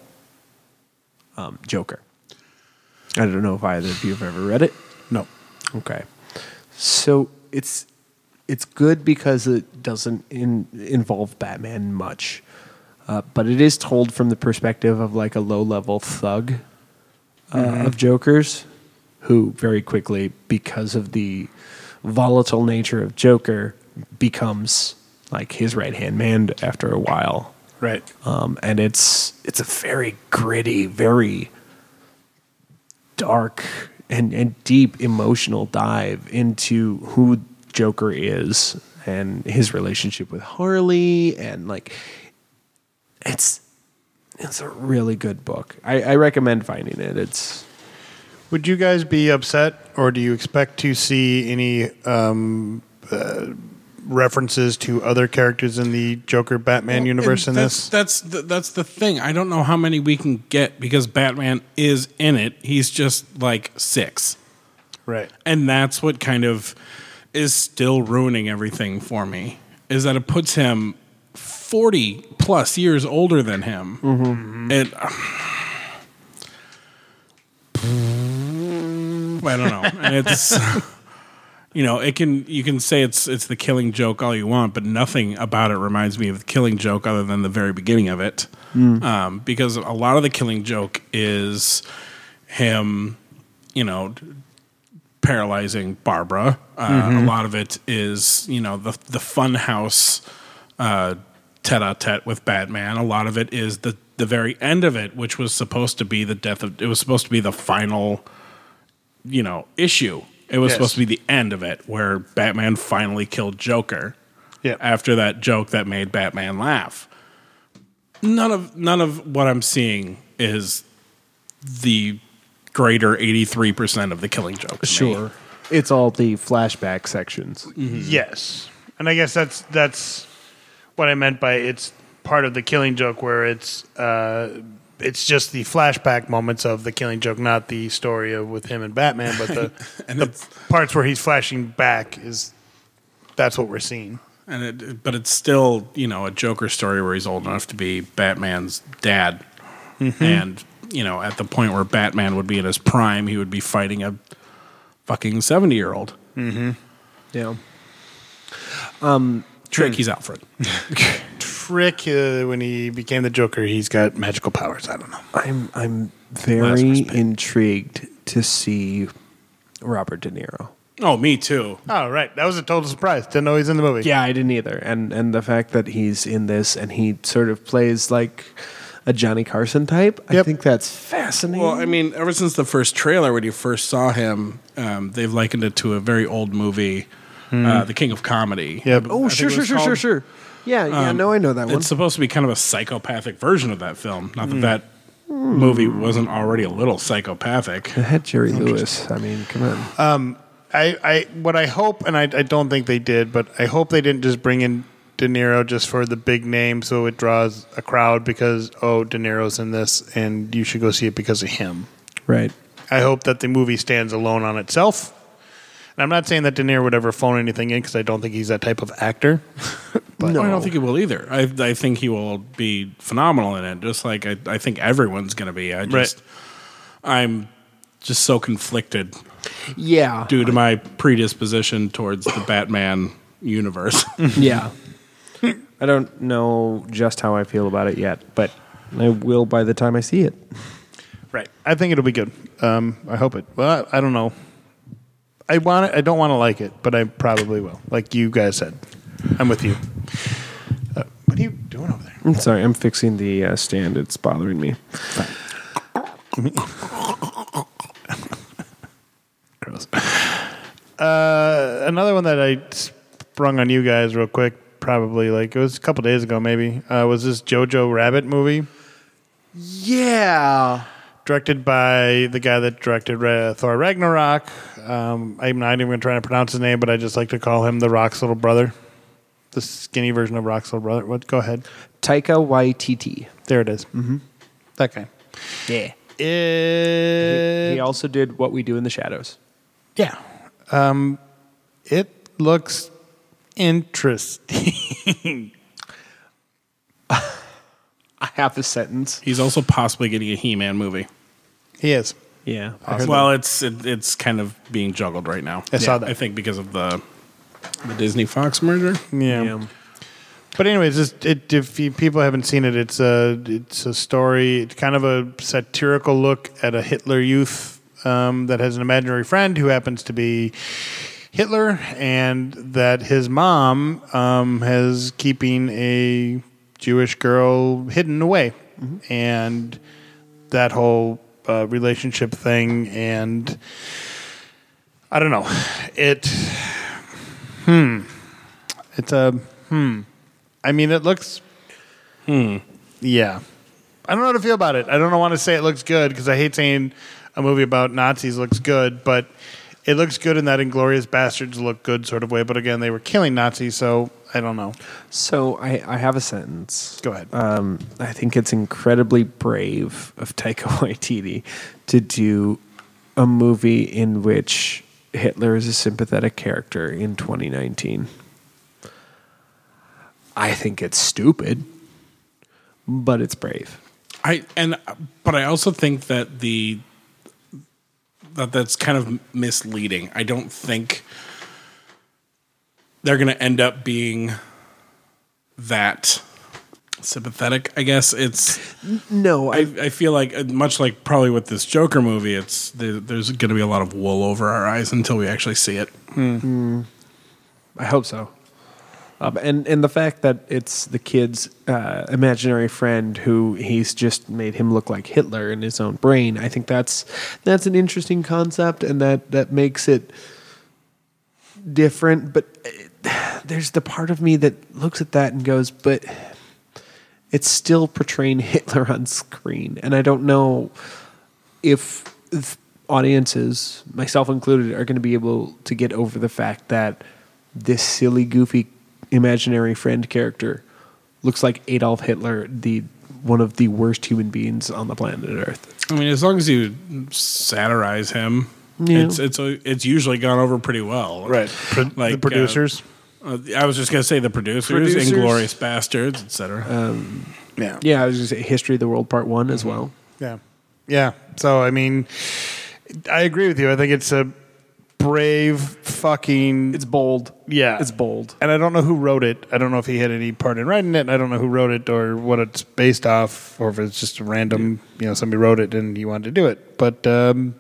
Speaker 5: um, Joker. I don't know if either of you have ever read it.
Speaker 4: No.
Speaker 5: Okay. So it's it's good because it doesn't in, involve Batman much, uh, but it is told from the perspective of like a low level thug uh, of Joker's, who very quickly, because of the volatile nature of Joker, becomes like his right hand man after a while
Speaker 4: Right.
Speaker 5: um, and it's it's a very gritty, very dark, and and deep emotional dive into who Joker is and his relationship with Harley and like it's it's a really good book. I, I recommend finding it. It's
Speaker 4: Would you guys be upset, or do you expect to see any um, uh, references to other characters in the Joker Batman universe in
Speaker 3: And
Speaker 4: this?
Speaker 3: That's that's the, that's the thing. I don't know how many we can get because Batman is in it. He's just like six,
Speaker 4: Right.
Speaker 3: and that's what kind of is still ruining everything for me. Is that it puts him forty plus years older than him.
Speaker 4: Mm-hmm.
Speaker 3: It. [sighs] I don't know.
Speaker 4: [laughs]
Speaker 3: And it's you know, it can you can say it's it's the killing joke all you want, but nothing about it reminds me of the killing joke other than the very beginning of it. Um, because a lot of the killing joke is him, you know, paralyzing Barbara. Uh, A lot of it is, you know, the the fun house uh, tete a tete with Batman. A lot of it is the the very end of it, which was supposed to be the death of. It was supposed to be the final, you know, issue. It was
Speaker 4: Yes.
Speaker 3: supposed to be the end of it, where Batman finally killed Joker.
Speaker 4: Yeah.
Speaker 3: After that joke that made Batman laugh. None of none of what I'm seeing is the greater 83% of the killing joke. to me.
Speaker 5: It's all the flashback sections.
Speaker 4: Mm-hmm. Yes, and I guess that's that's what I meant by it's part of the Killing Joke, where it's uh, it's just the flashback moments of the Killing Joke, not the story of with him and Batman, but [laughs] the
Speaker 3: And
Speaker 4: the
Speaker 3: it's-
Speaker 4: parts where he's flashing back is that's what we're seeing.
Speaker 3: And it, but it's still, you know, a Joker story where he's old enough to be Batman's dad. And, you know, at the point where Batman would be in his prime, he would be fighting a fucking 70 year old.
Speaker 5: Yeah.
Speaker 3: Trick, he's Alfred.
Speaker 4: Trick uh, when he became the Joker, he's got magical powers. I don't know.
Speaker 5: I'm I'm
Speaker 3: Lazarus
Speaker 5: very
Speaker 3: Pit.
Speaker 5: intrigued to see Robert De Niro.
Speaker 3: oh, me too.
Speaker 4: Oh right, that was a total surprise. Didn't know he's in the movie.
Speaker 5: Yeah, I didn't either. And and the fact that he's in this and he sort of plays like a Johnny Carson type, I
Speaker 4: Yep.
Speaker 5: think that's fascinating.
Speaker 3: Well, I mean, ever since the first trailer when you first saw him, um, they've likened it to a very old movie, uh, The King of Comedy.
Speaker 4: Yep.
Speaker 5: Hmm. oh,
Speaker 3: I think
Speaker 5: sure,
Speaker 3: it
Speaker 5: sure,
Speaker 3: was
Speaker 5: sure, sure,
Speaker 3: called. um,
Speaker 5: sure. Um, Yeah, yeah. No, I know that one. Hmm.
Speaker 3: It's supposed to be kind of a psychopathic version of that film. Not that that movie wasn't already a little psychopathic.
Speaker 5: It had Jerry Lewis. I mean, come on.
Speaker 4: Um, I, I what I hope, and I, I don't think they did, but I hope they didn't just bring in De Niro just for the big name, so it draws a crowd because oh, De Niro's in this, and you should go see it because of him.
Speaker 5: right.
Speaker 4: I hope that the movie stands alone on itself. And I'm not saying that De Niro would ever phone anything in because I don't think he's that type of actor.
Speaker 3: I don't think he will either. I, I think he will be phenomenal in it, just like I, I think everyone's going to be. I just, I'm just so conflicted
Speaker 5: Yeah.
Speaker 3: due to my predisposition towards the Batman universe. [laughs]
Speaker 5: Yeah. [laughs] I don't know just how I feel about it yet, but I will by the time I see it. [laughs]
Speaker 4: Right. I think it'll be good. Um, I hope it. Well, I, I don't know. I want it. I don't want to like it, but I probably will. Like you guys said, I'm with you. Uh, what are you doing over there?
Speaker 5: I'm sorry, I'm fixing the uh, stand. It's bothering me.
Speaker 4: Gross. Uh, another one that I sprung on you guys real quick, probably like it was a couple days ago, maybe. Uh, was this Jojo Rabbit movie
Speaker 5: Yeah.
Speaker 4: directed by the guy that directed Ra- Thor Ragnarok? Um, I'm not even trying to pronounce his name, but I just like to call him the Rock's little brother, the skinny version of Rock's little brother. What? Go ahead.
Speaker 5: Taika Waititi.
Speaker 4: There it is. Mm-hmm. That guy.
Speaker 5: Yeah.
Speaker 4: It,
Speaker 5: He also did What We Do in the Shadows.
Speaker 4: yeah. Um, it looks interesting. [laughs]
Speaker 5: I have a sentence.
Speaker 3: He's also possibly getting a He-Man movie.
Speaker 4: he is.
Speaker 5: Yeah.
Speaker 3: Well, it's it, it's kind of being juggled right now.
Speaker 4: I saw that.
Speaker 3: I think because of the the Disney Fox merger.
Speaker 5: Yeah.
Speaker 4: But anyways, it's, it, if you, people haven't seen it, it's a it's a story. It's kind of a satirical look at a Hitler youth um, that has an imaginary friend who happens to be Hitler, and that his mom um, has keeping a Jewish girl hidden away, and that whole uh, relationship thing, and I don't know. It hmm, it's a hmm. I mean, it looks hmm. Yeah, I don't know how to feel about it. I don't want to say it looks good because I hate saying a movie about Nazis looks good, but it looks good in that Inglorious Bastards look good sort of way. But again, they were killing Nazis, so I don't know.
Speaker 5: So I, I have a sentence.
Speaker 4: Go ahead.
Speaker 5: Um, I think it's incredibly brave of Taika [laughs] Waititi to do a movie in which Hitler is a sympathetic character in 2019. I think it's stupid, but it's brave.
Speaker 3: I and but I also think that the that that's kind of misleading. I don't think they're going to end up being that sympathetic. I guess it's
Speaker 5: No,
Speaker 3: I, I feel like uh, much like probably with this Joker movie, it's there, there's going to be a lot of wool over our eyes until we actually see it.
Speaker 5: I hope so. Um, and and the fact that it's the kid's uh, imaginary friend who he's just made him look like Hitler in his own brain, I think that's that's an interesting concept, and that that makes it different. But eh, there's the part of me that looks at that and goes, but it's still portraying Hitler on screen, and I don't know if th- audiences, myself included, are going to be able to get over the fact that this silly, goofy, imaginary friend character looks like Adolf Hitler, the one of the worst human beings on the planet Earth.
Speaker 3: I mean, as long as you satirize him,
Speaker 5: Yeah.
Speaker 3: it's it's it's usually gone over pretty well,
Speaker 4: Pro-
Speaker 3: Like,
Speaker 4: the producers.
Speaker 3: Uh, I was just gonna say the producers,
Speaker 5: Producers.
Speaker 3: Inglorious Bastards, etc.
Speaker 4: yeah.
Speaker 5: Yeah, I was going to say History of the World Part One as well.
Speaker 4: Yeah. Yeah. So, I mean, I agree with you. I think it's a brave fucking.
Speaker 5: It's bold.
Speaker 4: yeah.
Speaker 5: it's bold.
Speaker 4: And I don't know who wrote it. I don't know if he had any part in writing it. I don't know who wrote it or what it's based off or if it's just a random, you know, somebody wrote it and he wanted to do it. But um,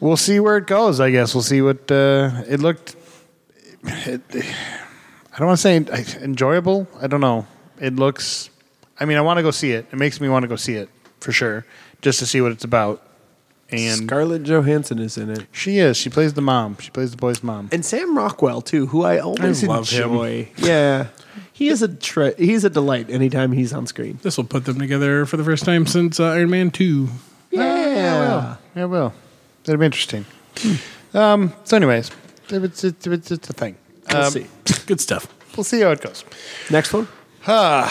Speaker 4: we'll see where it goes, I guess. We'll see what uh, it looked. It, I don't want to say en- enjoyable. I don't know. It looks. I mean, I want to go see it. It makes me want to go see it for sure, just to see what it's about. And
Speaker 5: Scarlett Johansson is in it,
Speaker 4: she is. She plays the mom. She plays the boy's mom.
Speaker 5: and Sam Rockwell too, who I always
Speaker 3: I love him.
Speaker 5: enjoy. Yeah, he is a tre- he's a delight anytime he's on screen.
Speaker 3: This will put them together for the first time since uh, Iron Man Two.
Speaker 5: Yeah.
Speaker 4: Yeah, well, that'd be interesting. Um, so, anyways, it's, it's, it's, it's a thing.
Speaker 5: We'll
Speaker 4: Um,
Speaker 5: see.
Speaker 3: Good stuff.
Speaker 4: We'll see how it goes.
Speaker 5: Next one.
Speaker 4: Uh,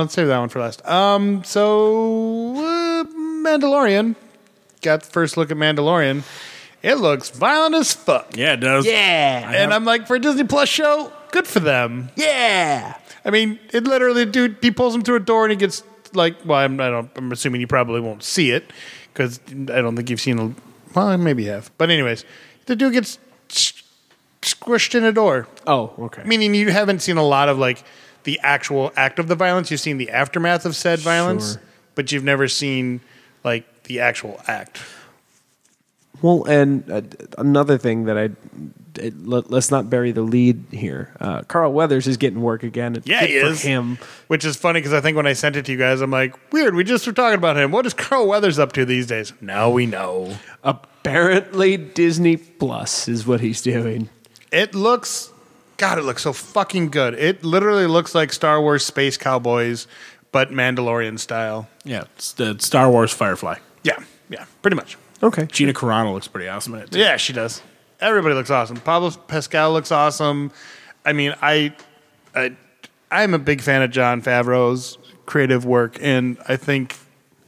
Speaker 4: let's save that one for last. Um, so, uh, Mandalorian got the first look at Mandalorian. It looks violent as fuck,
Speaker 3: Yeah, it does.
Speaker 5: Yeah.
Speaker 4: and I'm like, for a Disney Plus show, good for them.
Speaker 5: Yeah.
Speaker 4: I mean, it literally, dude, he pulls him through a door and he gets like, well, I'm, I don't, I'm assuming you probably won't see it because I don't think you've seen, a, well, maybe you have. But, anyways, the dude gets s- squished in a door,
Speaker 5: Oh, okay.
Speaker 4: meaning you haven't seen a lot of like the actual act of the violence. You've seen the aftermath of said violence,
Speaker 5: Sure.
Speaker 4: but you've never seen like the actual act.
Speaker 5: Well, and uh, another thing that I it, let, let's not bury the lead here. Uh, Carl Weathers is getting work again. It's
Speaker 4: Yeah,
Speaker 5: good
Speaker 4: he
Speaker 5: for
Speaker 4: is.
Speaker 5: him.
Speaker 4: Which is funny because I think when I sent it to you guys, I'm like, weird, we just were talking about him. What is Carl Weathers up to these days? Now we know.
Speaker 5: Apparently, Disney Plus is what he's doing.
Speaker 4: It looks, God, it looks so fucking good. It literally looks like Star Wars Space Cowboys, but Mandalorian style.
Speaker 3: Yeah, it's the Star Wars Firefly.
Speaker 4: Yeah, yeah, pretty much.
Speaker 5: Okay.
Speaker 3: Gina Carano looks pretty awesome in it. Too.
Speaker 4: Yeah, she does. Everybody looks awesome. Pablo Pascal looks awesome. I mean, I, I, I'm a big fan of John Favreau's creative work, and I think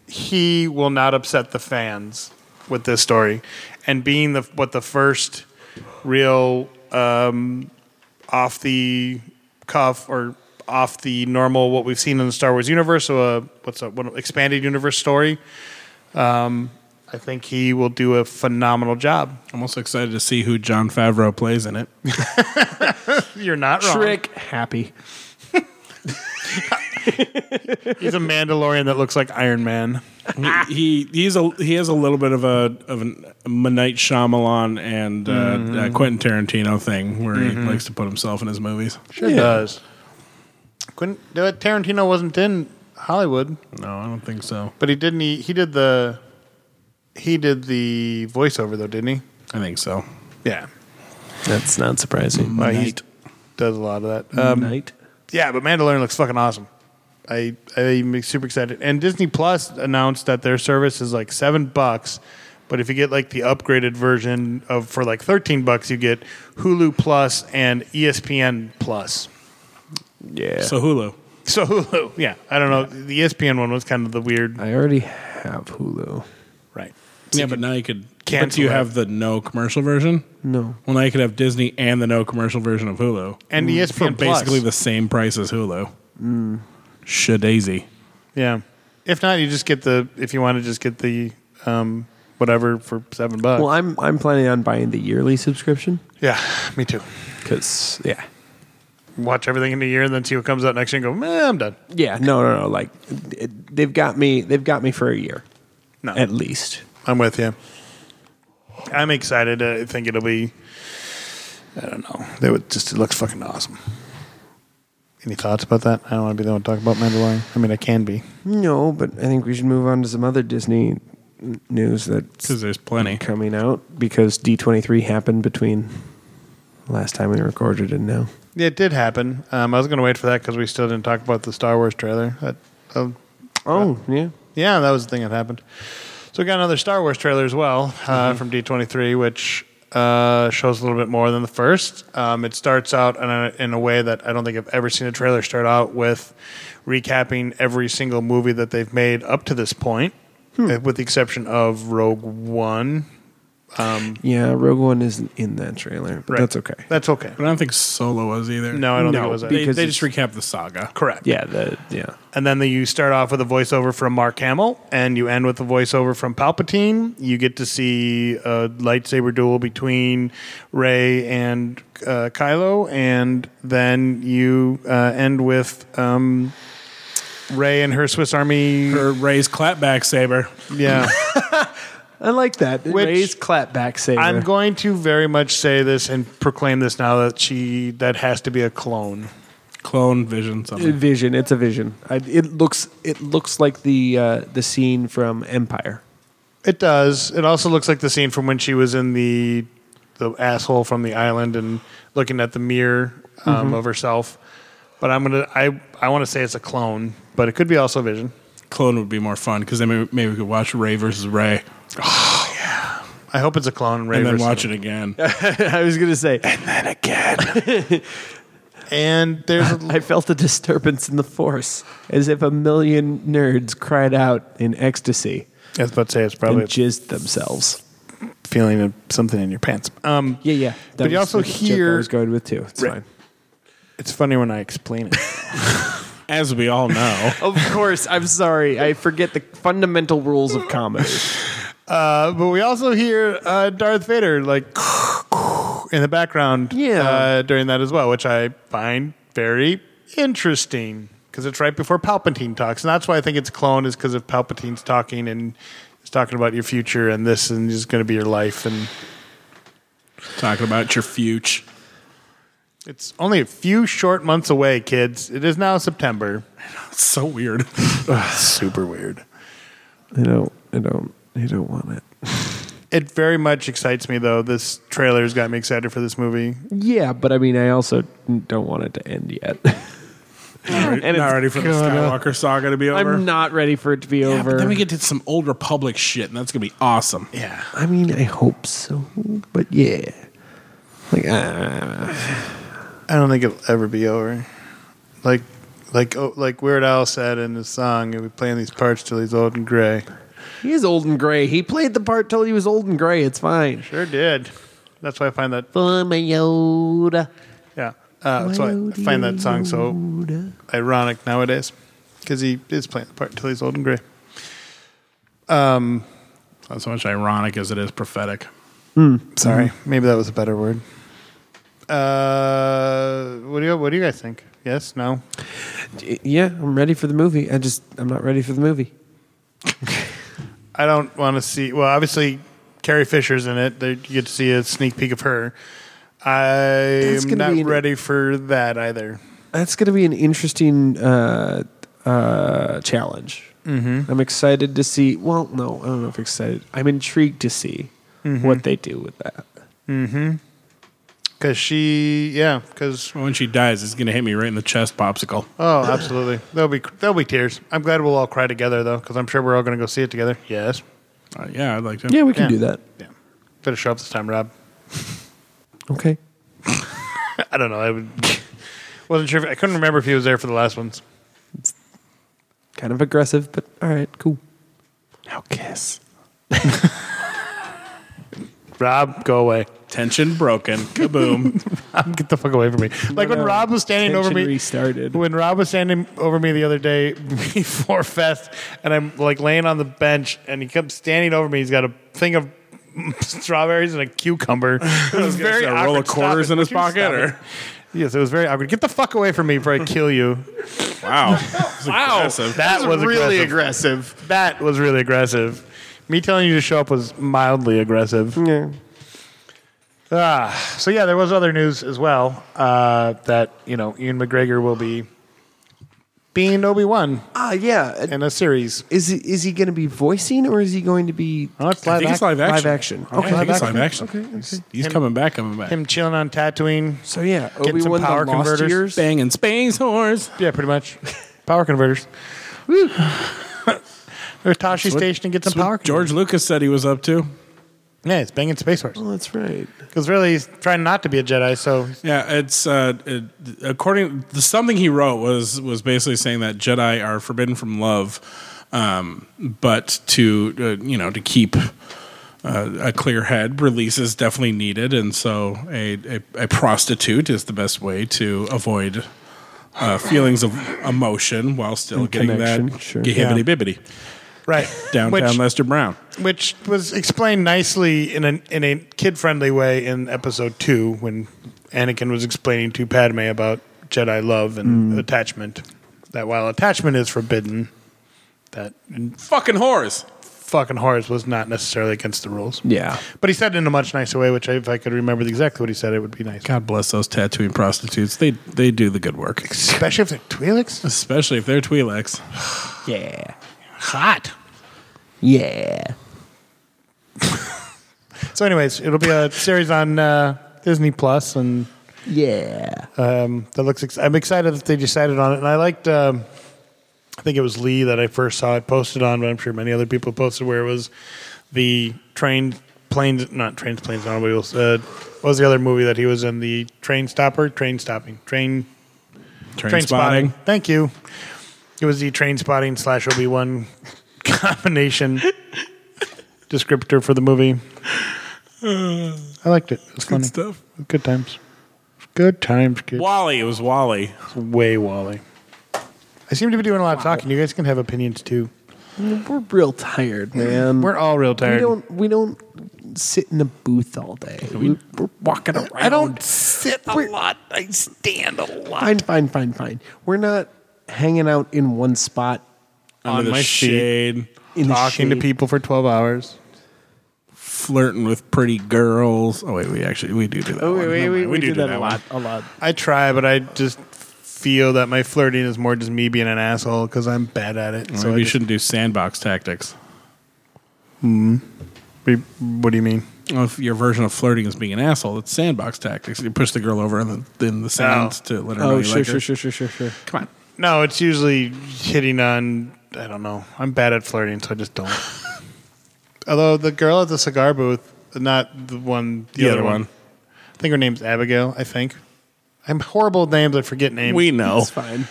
Speaker 4: he will not upset the fans with this story. And being the what the first real um, off the cuff or off the normal what we've seen in the Star Wars universe, so a what's a what, expanded universe story. I think he will do a phenomenal job.
Speaker 3: I'm also excited to see who John Favreau plays in it.
Speaker 4: You're not wrong.
Speaker 5: Trick happy.
Speaker 4: He's a Mandalorian that looks like Iron Man.
Speaker 5: Ah.
Speaker 3: he he's a he has a little bit of a of an a Night Shyamalan and uh, uh, Quentin Tarantino thing where he likes to put himself in his movies.
Speaker 4: Sure does. Quentin, uh, Tarantino wasn't in Hollywood,
Speaker 3: No, I don't think so.
Speaker 4: but he didn't. He, he did the he did the voiceover though, didn't he?
Speaker 3: I think so.
Speaker 4: Yeah,
Speaker 5: That's not surprising.
Speaker 4: Uh, he
Speaker 3: Night.
Speaker 4: does a lot of that. Um,
Speaker 5: Night.
Speaker 4: Yeah, but Mandalorian looks fucking awesome. I I'm super excited. And Disney Plus announced that their service is like seven bucks, but if you get like the upgraded version of for like thirteen bucks, you get Hulu Plus and E ESPN Plus.
Speaker 5: Yeah.
Speaker 3: So Hulu.
Speaker 4: So Hulu, [laughs] yeah, I don't know. The E ESPN one was kind of the weird,
Speaker 5: I already have Hulu.
Speaker 4: right?
Speaker 3: yeah, but now you could. But
Speaker 4: Cancel
Speaker 3: do you
Speaker 4: it.
Speaker 3: have the no commercial version?
Speaker 5: No.
Speaker 3: Well, now you could have Disney and the no commercial version of Hulu
Speaker 4: And the
Speaker 3: for
Speaker 4: ESPN Plus,
Speaker 3: basically the same price as Hulu. Shadaisy.
Speaker 4: yeah. If not, you just get the if you want to just get the um, whatever for seven bucks.
Speaker 5: Well, I'm I'm planning on buying the yearly subscription
Speaker 4: yeah, me too.
Speaker 5: because yeah,
Speaker 4: Watch everything in a year and then see what comes out next year and go, eh, I'm done.
Speaker 5: yeah. No, no, no. Like it, they've got me. They've got me for a year
Speaker 4: No,
Speaker 5: at least.
Speaker 4: I'm with you. I'm excited. I think it'll be. I don't know. They would just. It looks fucking awesome. Any thoughts about that? I don't want to be the one to talk about Mandalorian. I mean, I can be.
Speaker 5: No, but I think we should move on to some other Disney n- news that's
Speaker 3: Because there's plenty.
Speaker 5: coming out because D23 happened between last time we recorded and now.
Speaker 4: Yeah, it did happen. Um, I was going to wait for that because we still didn't talk about the Star Wars trailer. That, um,
Speaker 5: Oh, yeah.
Speaker 4: yeah, that was the thing that happened. So we got another Star Wars trailer as well uh,
Speaker 5: Mm-hmm.
Speaker 4: from D23, which uh, shows a little bit more than the first. Um, it starts out in a, in a way that I don't think I've ever seen a trailer start out with recapping every single movie that they've made up to this point,
Speaker 5: Hmm.
Speaker 4: uh, with the exception of Rogue One.
Speaker 5: Yeah, Rogue One isn't in that trailer, but
Speaker 4: Right.
Speaker 5: that's okay.
Speaker 4: That's okay.
Speaker 3: But I don't think Solo was either.
Speaker 4: No, I don't think
Speaker 5: No,
Speaker 4: it was that.
Speaker 3: They,
Speaker 5: because
Speaker 3: they just recap the saga.
Speaker 4: Correct.
Speaker 5: Yeah, the yeah.
Speaker 4: And then the, you start off with a voiceover from Mark Hamill, and you end with a voiceover from Palpatine. You get to see a lightsaber duel between Rey and uh, Kylo, and then you uh, end with um, Rey and her Swiss Army.
Speaker 3: Or Ray's clapback saber.
Speaker 4: yeah.
Speaker 5: I like that.
Speaker 4: Which-
Speaker 5: Ray's clapback saver.
Speaker 4: I'm going to very much say this and proclaim this now that she that has to be a clone.
Speaker 3: Clone vision something.
Speaker 5: vision. It's a vision. I, it looks it looks like the uh, the scene from Empire. [laughs]
Speaker 4: It does. It also looks like the scene from when she was in the the asshole from the island and looking at the mirror um, of herself. But I'm gonna I I want to say it's a clone, but it could be also Vision.
Speaker 3: Clone would be more fun because then maybe, maybe we could watch Ray versus Ray
Speaker 4: I hope it's a clone. And, Ray
Speaker 3: and then
Speaker 4: versus-
Speaker 3: watch it again.
Speaker 5: I was gonna say
Speaker 4: And [laughs] there's a,
Speaker 5: I felt a disturbance in the force, as if a million nerds cried out in ecstasy
Speaker 4: I was about to say it's
Speaker 5: and
Speaker 4: probably
Speaker 5: jizzed themselves.
Speaker 4: feeling of something in your pants. Um,
Speaker 5: Yeah, yeah.
Speaker 4: But you also
Speaker 5: the joke I
Speaker 4: hear-
Speaker 5: was going with too. It's
Speaker 4: Right.
Speaker 5: fine.
Speaker 4: it's funny when I explain [laughs] it.
Speaker 3: As we all know.
Speaker 5: Of course, I'm sorry. I forget the fundamental rules of comedy.
Speaker 4: Uh, but we also hear uh, Darth Vader like in the background
Speaker 5: Yeah.
Speaker 4: uh, during that as well, which I find very interesting because it's right before Palpatine talks, and that's why I think it's clone is because if Palpatine's talking and is talking about your future and this and is going to be your life, and
Speaker 3: Talking about your future.
Speaker 4: it's only a few short months away, kids. It is now September.
Speaker 3: It's so
Speaker 5: [laughs]
Speaker 3: weird. [laughs]
Speaker 4: Super weird.
Speaker 5: I don't. I don't. I don't want it.
Speaker 4: It very much excites me though. This trailer's got me excited for this movie.
Speaker 5: Yeah, but I mean, I also don't want it to end yet. and
Speaker 3: Not ready for the Skywalker saga to be over.
Speaker 5: [laughs] I'm not ready for it to be
Speaker 3: Yeah,
Speaker 5: over.
Speaker 3: but then we get to some old Republic shit, and that's gonna be awesome.
Speaker 4: Yeah.
Speaker 5: I mean, I hope so, but yeah. Like, ah.
Speaker 4: I don't think it'll ever be over. Like, like, oh, like Weird Al said in his song, "He'll be playing these parts till he's old and gray."
Speaker 5: he is old and gray. He played the part till he was old and gray. It's fine.
Speaker 4: Sure did. That's why I find that.
Speaker 5: For my Yoda.
Speaker 4: Yeah, uh, that's why I find that song so ironic nowadays, because he is playing the part till he's old and gray.
Speaker 3: It's Not so much ironic as it is prophetic.
Speaker 4: Sorry, maybe that was a better word. Uh, what do you What do you guys think? Yes, no.
Speaker 5: Yeah, I'm ready for the movie. I just, I'm not ready for the movie.
Speaker 4: I don't want to see. Well, obviously, Carrie Fisher's in it. There, you get to see a sneak peek of her.
Speaker 5: That's
Speaker 4: I'm
Speaker 5: gonna
Speaker 4: not
Speaker 5: be an-
Speaker 4: ready for that either.
Speaker 5: That's going to be an interesting uh, uh, challenge. Mm-hmm. I'm excited to see. Well, no, I don't know if excited. I'm intrigued to see what they do with that.
Speaker 4: Because she, yeah, because
Speaker 3: When she dies, it's going to hit me right in the chest, popsicle.
Speaker 4: Oh, absolutely. There'll be there'll be tears. I'm glad we'll all cry together though, because I'm sure we're all going to go see it together. Yes.
Speaker 3: Uh, yeah, I'd like to.
Speaker 5: Yeah, we can
Speaker 4: Yeah.
Speaker 5: do that.
Speaker 4: Yeah. Better show up this time, Rob.
Speaker 5: Okay.
Speaker 4: I don't know. I would, [laughs] wasn't sure. If, I couldn't remember if he was there for the last ones.
Speaker 5: Kind of aggressive, but all right, cool. Now kiss.
Speaker 4: Rob, go away. [laughs]
Speaker 3: Tension broken. [laughs] Kaboom.
Speaker 4: Rob, get the fuck away from me. Like when
Speaker 5: no.
Speaker 4: Rob was standing over me.
Speaker 5: Tension restarted.
Speaker 4: When Rob was standing over me the other day [laughs] before Fest, and I'm like laying on the bench, and he kept standing over me. He's got a thing of [laughs] strawberries and a
Speaker 3: [laughs]
Speaker 4: cucumber. It was
Speaker 3: gonna
Speaker 4: very
Speaker 3: say, a
Speaker 4: awkward.
Speaker 3: roll of
Speaker 4: Stop
Speaker 3: quarters
Speaker 4: it.
Speaker 3: in his
Speaker 4: Would you
Speaker 3: pocket,
Speaker 4: stop it?
Speaker 3: or-
Speaker 4: yes, it was very awkward. Get the fuck away from me before I kill you.
Speaker 3: wow. wow. Aggressive.
Speaker 4: That was
Speaker 6: really
Speaker 4: aggressive.
Speaker 6: aggressive.
Speaker 4: That was really aggressive. Me telling you to show up was mildly aggressive.
Speaker 5: Yeah.
Speaker 4: Ah, so yeah, there was other news as well uh, that you know Ian McGregor will be being Obi Wan
Speaker 5: Ah, yeah.
Speaker 4: in a series.
Speaker 5: Is he, is he going to be voicing or is he going to be
Speaker 4: Oh, it's
Speaker 3: I think it's live action.
Speaker 5: live action?
Speaker 3: Yeah, I think it's live action.
Speaker 5: Okay. okay.
Speaker 3: He's coming back, coming back.
Speaker 4: Him chilling on Tatooine.
Speaker 5: So yeah,
Speaker 4: Getting
Speaker 5: Obi
Speaker 4: some
Speaker 5: Wan the
Speaker 4: power
Speaker 5: Lost
Speaker 4: converters.
Speaker 5: Years.
Speaker 3: Banging space horse.
Speaker 4: Yeah, pretty much. Power converters. There's Tashi Station and get some
Speaker 3: That's what
Speaker 4: power.
Speaker 3: George Lucas said he was up to.
Speaker 4: Yeah, it's banging space horse.
Speaker 5: Oh, that's right.
Speaker 4: Because really, he's trying not to be a Jedi.
Speaker 3: [laughs]
Speaker 4: So
Speaker 3: Yeah, it's uh, it, according the something he wrote was was basically saying that Jedi are forbidden from love, um, but to uh, you know to keep uh, a clear head, release is definitely needed, and so a a, a prostitute is the best way to avoid. Uh, feelings of emotion while still
Speaker 5: And
Speaker 3: getting
Speaker 5: connection,
Speaker 3: that
Speaker 5: sure.
Speaker 3: gibbity bibbity
Speaker 4: right
Speaker 3: downtown
Speaker 4: Which-
Speaker 3: Lester Brown.
Speaker 4: which was explained nicely in a in a kid friendly way in episode two when Anakin was explaining to Padme about Jedi love
Speaker 3: Mm.
Speaker 4: and attachment. That while attachment is forbidden, that
Speaker 3: Fucking whores.
Speaker 4: fucking horse was not necessarily against the rules.
Speaker 5: Yeah.
Speaker 4: But he said it in a much nicer way, which I, if I could remember exactly what he said, it would be nice.
Speaker 3: God bless those tattooing prostitutes. They they do the good work,
Speaker 4: Especially if they're Twi'leks.
Speaker 3: especially if they're Twi'leks.
Speaker 5: Yeah.
Speaker 4: Hot.
Speaker 5: Yeah.
Speaker 4: So, anyways, it'll be a series on uh, Disney Plus and
Speaker 5: Yeah.
Speaker 4: Um, that looks. Ex- I'm excited that they decided on it, and I liked. Um, I think it was Lee that I first saw it posted on, but I'm sure many other people posted where it was the train planes, not trains, planes, and automobiles. Uh, what was the other movie that he was in? The train stopper, train stopping, train
Speaker 3: Train,
Speaker 4: train spotting.
Speaker 3: spotting.
Speaker 4: Thank you. It was the train spotting slash Obi Wan [laughs]
Speaker 5: [laughs]
Speaker 4: combination descriptor for the movie. I liked it. It was funny.
Speaker 3: stuff.
Speaker 4: Good times. Good times. Good
Speaker 3: Wally, it was Wally.
Speaker 4: way Wally. I seem to be doing a lot of talking. You guys can have opinions too.
Speaker 5: We're real tired, man.
Speaker 4: We're all real tired.
Speaker 5: We don't. We don't sit in a booth all day. We, we're walking around.
Speaker 4: I don't
Speaker 5: sit a lot. I stand a lot. Fine, fine, fine, fine. We're not hanging out in one spot
Speaker 3: Under
Speaker 4: On
Speaker 3: the
Speaker 4: my sheet.
Speaker 3: shade,
Speaker 5: in
Speaker 4: talking
Speaker 5: the
Speaker 4: to
Speaker 5: shade.
Speaker 4: people for twelve hours.
Speaker 3: flirting with pretty girls. Oh wait, we actually we do do that.
Speaker 5: Oh,
Speaker 3: one.
Speaker 5: wait, wait,
Speaker 3: Never
Speaker 5: wait,
Speaker 3: mind.
Speaker 5: we, do, that, a lot. A lot.
Speaker 4: I try, but I just feel that my flirting is more just me being an asshole because I'm bad at it.
Speaker 3: So
Speaker 4: So I
Speaker 3: Maybe you
Speaker 4: just-
Speaker 3: shouldn't do sandbox tactics.
Speaker 4: we- What do you mean?
Speaker 3: Well, if your version of flirting is being an asshole, it's sandbox tactics. You push the girl over in the, in the sand to let her know
Speaker 5: Oh,
Speaker 3: you
Speaker 5: sure,
Speaker 3: like
Speaker 5: sure,
Speaker 3: her.
Speaker 5: sure, sure, sure, sure.
Speaker 3: Come on.
Speaker 4: No, it's usually hitting on. I don't know. I'm bad at flirting, so I just don't. [laughs] Although the girl at the cigar booth, not the one, the,
Speaker 3: The other one.
Speaker 4: I think her name's Abigail. I think. I'm horrible with names. I forget names.
Speaker 3: We know.
Speaker 5: It's fine.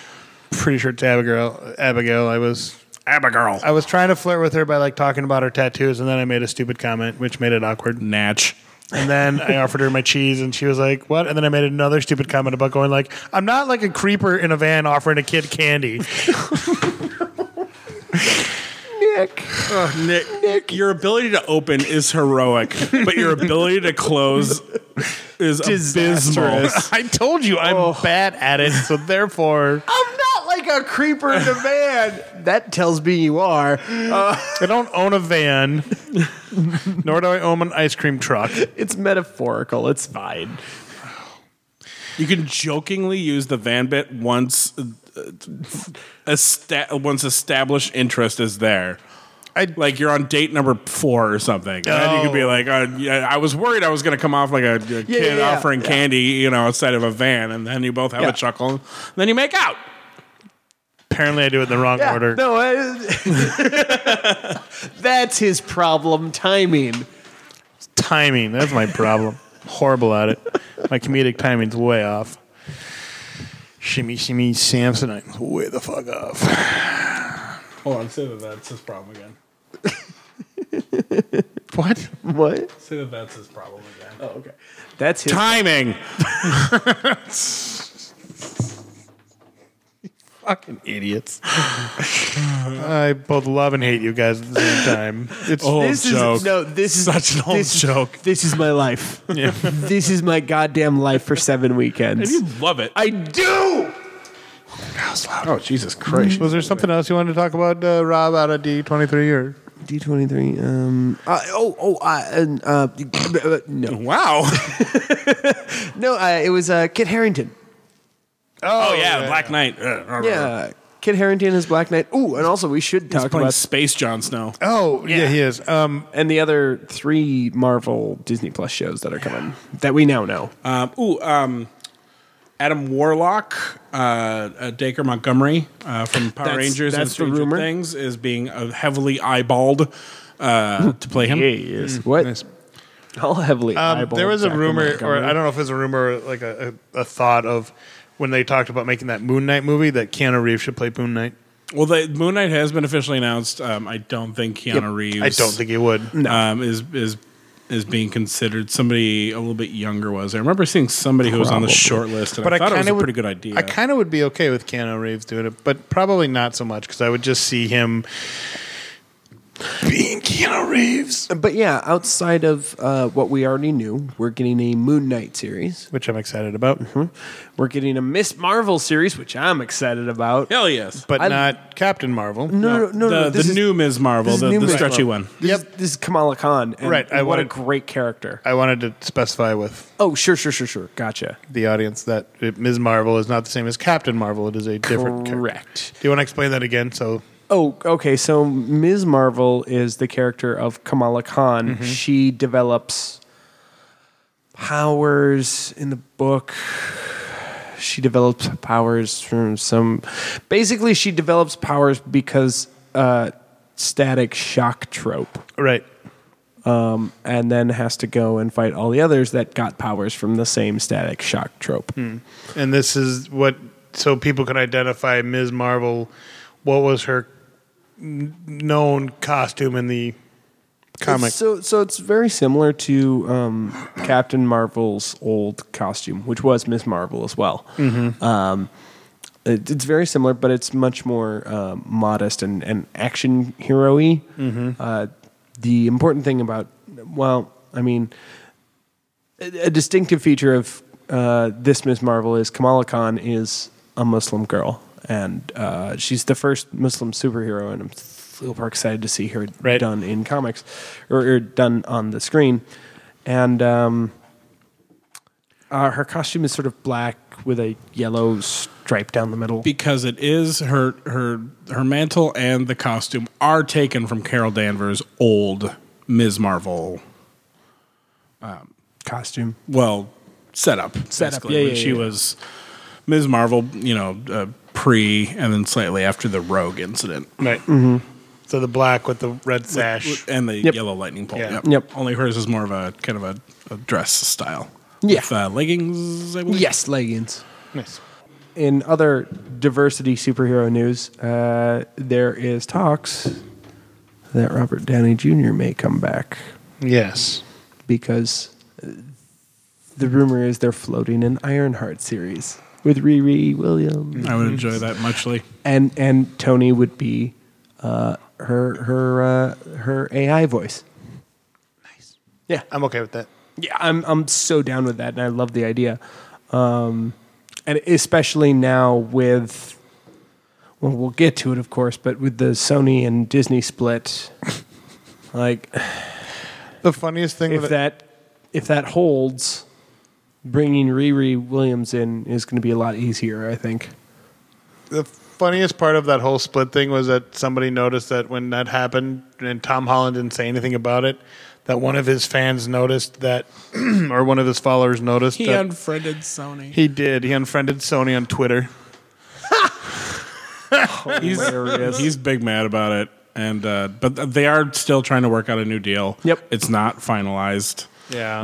Speaker 4: pretty sure it's Abigail. Abigail. I was
Speaker 3: Abigail.
Speaker 4: I was trying to flirt with her by like talking about her tattoos, and then I made a stupid comment, which made it awkward.
Speaker 3: Natch.
Speaker 4: And then I offered her my cheese, and she was like, "What?" And then I made another stupid comment about going like, "I'm not like a creeper in a van offering a kid candy."
Speaker 5: Nick.
Speaker 3: Nick, your ability to open is heroic, but your ability to close is abysmal.
Speaker 4: [laughs] I told you I'm bad at it, so therefore
Speaker 5: I'm not like a creeper [laughs] in a van. that tells me you are.
Speaker 4: I don't own a [laughs] van, nor do I own an ice cream truck.
Speaker 5: It's metaphorical. It's fine.
Speaker 3: You can jokingly use the van bit once uh, esta- once established interest is there.
Speaker 4: I'd-
Speaker 3: like you're on date number four or something. And then you could be like, uh, yeah, I was worried I was going to come off like a, a kid
Speaker 5: Oh. yeah, yeah.
Speaker 3: offering candy, you know, outside of a van. And then you both have
Speaker 5: Yeah.
Speaker 3: a chuckle. And then you make out.
Speaker 4: Apparently, I do it in the wrong
Speaker 5: Yeah,
Speaker 4: order.
Speaker 5: No, I- [laughs] that's his problem. Timing.
Speaker 4: Timing. That's my problem. Horrible at it. My comedic timing's way off. Shimmy, shimmy, Samsonite. Way the fuck off.
Speaker 3: Hold on, say that that's his problem again.
Speaker 4: What?
Speaker 5: What?
Speaker 3: Say that that's his problem again.
Speaker 5: Oh, okay. That's his.
Speaker 3: Timing.
Speaker 4: Fucking idiots. I both love and hate you guys at the same time. It's
Speaker 3: Oh.
Speaker 5: This
Speaker 3: joke.
Speaker 5: is no. This is
Speaker 3: Such an old
Speaker 5: this is-
Speaker 3: joke.
Speaker 5: This is
Speaker 3: [laughs]
Speaker 5: my life. this is my goddamn life for seven weekends.
Speaker 3: Love it.
Speaker 5: I do.
Speaker 3: oh, Jesus Christ.
Speaker 4: Was there something else you wanted to talk about, uh, Rob, out of D23? Or
Speaker 5: D twenty three. Um. Uh, oh. Oh. Uh, and, uh, [coughs] no.
Speaker 3: Wow.
Speaker 5: No. Uh, it was uh, Kit Harrington.
Speaker 3: Oh, yeah, Black Knight. uh,
Speaker 5: Yeah. Kit Harrington is Black Knight. Ooh, and also we should
Speaker 3: He's
Speaker 5: talk
Speaker 3: playing
Speaker 5: about
Speaker 3: Space Jon Snow.
Speaker 4: Oh, yeah, he is. Um,
Speaker 5: and the other three Marvel Disney Plus shows that are coming that we now know.
Speaker 3: Um, ooh, um, Adam Warlock, uh, uh, Dacre Montgomery uh, from Power
Speaker 5: That's-
Speaker 3: Rangers and
Speaker 5: that's the
Speaker 3: Stranger
Speaker 5: rumor.
Speaker 3: Things is being uh, heavily eyeballed uh, to play him.
Speaker 5: Yes. What? All heavily.
Speaker 4: Mm. um,
Speaker 5: eyeballed
Speaker 4: there was a
Speaker 5: Jack
Speaker 4: rumor, or
Speaker 5: Montgomery.
Speaker 4: I don't know if it was a rumor or like a, a, a thought of when they talked about making that Moon Knight movie that Keanu Reeves should play Moon Knight.
Speaker 3: Well, the Moon Knight has been officially announced. Um, I don't think Keanu
Speaker 5: Yep.
Speaker 3: Reeves.
Speaker 4: I don't think he would.
Speaker 3: um, is is is being considered. Somebody a little bit younger was. I remember seeing somebody who was on the
Speaker 5: Probably.
Speaker 3: short list, and I thought it was
Speaker 4: kinda
Speaker 3: a
Speaker 4: would-
Speaker 3: pretty good idea.
Speaker 4: I kind of would be okay with Keanu Reeves doing it, but probably not so much because I would just see him being Keanu Reeves,
Speaker 5: But yeah, outside of uh, what we already knew, we're getting a Moon Knight series.
Speaker 4: which I'm excited about.
Speaker 3: Mm-hmm.
Speaker 5: We're getting a Miss Marvel series, which I'm excited about.
Speaker 3: Hell yes.
Speaker 4: But
Speaker 5: I-
Speaker 4: not Captain Marvel.
Speaker 5: No, no, no,
Speaker 3: the
Speaker 5: no.
Speaker 3: the
Speaker 5: this is-
Speaker 3: new Ms. Marvel,
Speaker 5: this is
Speaker 3: the,
Speaker 5: new
Speaker 3: the
Speaker 5: Ms.
Speaker 3: stretchy
Speaker 5: Marvel.
Speaker 3: one.
Speaker 5: This is- this is Kamala Khan. and
Speaker 4: Right, I
Speaker 5: what a
Speaker 4: wanted-
Speaker 5: great character.
Speaker 4: I wanted to specify with
Speaker 5: Oh, sure, sure, sure, sure. Gotcha.
Speaker 4: the audience that it- Ms. Marvel is not the same as Captain Marvel. It is a different character.
Speaker 5: Correct.
Speaker 4: Do you want to explain that again? So
Speaker 5: Oh, okay. So Ms. Marvel is the character of Kamala Khan. She develops powers in the book. She develops powers from some. Basically, she develops powers because uh, static shock trope,
Speaker 4: right,
Speaker 5: and then has to go and fight all the others that got powers from the same static shock trope.
Speaker 4: and this is what so people can identify Ms. Marvel. What was her n- known costume in the comic?
Speaker 5: So, so it's very similar to um, Captain Marvel's old costume, which was Miss Marvel as well. Um, it, it's very similar, but it's much more uh, modest and, and action hero-y. Uh, the important thing about, well, I mean, a, a distinctive feature of uh, this Miss Marvel is Kamala Khan is a Muslim girl, and uh, she's the first Muslim superhero, and I'm super excited to see her
Speaker 4: Right.
Speaker 5: done in comics or, or done on the screen. And um, uh, her costume is sort of black with a yellow stripe down the middle.
Speaker 3: because it is her her her mantle and the costume are taken from Carol Danvers' old Ms. Marvel.
Speaker 5: costume.
Speaker 3: Well, setup.
Speaker 5: Setup,
Speaker 3: basically,
Speaker 5: yeah,
Speaker 3: when
Speaker 5: yeah,
Speaker 3: she
Speaker 5: yeah.
Speaker 3: was Ms. Marvel, you know, uh, pre and then slightly after the Rogue incident
Speaker 4: right.
Speaker 3: Mm-hmm.
Speaker 4: So the black with the red sash.
Speaker 3: and the
Speaker 5: Yep.
Speaker 3: yellow lightning bolt.
Speaker 4: Yeah.
Speaker 3: Yep.
Speaker 5: Yep.
Speaker 3: Only hers is more of a kind of a, a dress style.
Speaker 5: Yeah.
Speaker 3: With, uh, leggings. I believe.
Speaker 5: Yes, leggings.
Speaker 4: nice.
Speaker 5: in other diversity superhero news, uh, there is talks that Robert Downey Jr. may come back
Speaker 4: Yes.
Speaker 5: because uh, the rumor is they're floating an Ironheart series with Riri Williams,
Speaker 3: I would enjoy that muchly.
Speaker 5: and and Tony would be uh, her her uh, her AI voice.
Speaker 4: I'm okay with that.
Speaker 5: Yeah, I'm I'm so down with that, and I love the idea, um, and especially now with. Well, we'll get to it, of course, but with the Sony and Disney
Speaker 4: [laughs]
Speaker 5: split, like
Speaker 4: The funniest thing
Speaker 5: if
Speaker 4: with
Speaker 5: that if that holds, bringing Riri Williams in is going to be a lot easier, I think.
Speaker 4: the funniest part of that whole split thing was that somebody noticed that when that happened and Tom Holland didn't say anything about it, that one of his fans noticed that, [clears throat] or one of his followers noticed
Speaker 3: He
Speaker 4: that
Speaker 3: unfriended Sony.
Speaker 4: he did. He unfriended Sony on Twitter.
Speaker 5: Hilarious.
Speaker 3: He's big mad about it, and uh, but they are still trying to work out a new deal.
Speaker 5: Yep.
Speaker 3: it's not finalized.
Speaker 4: Yeah.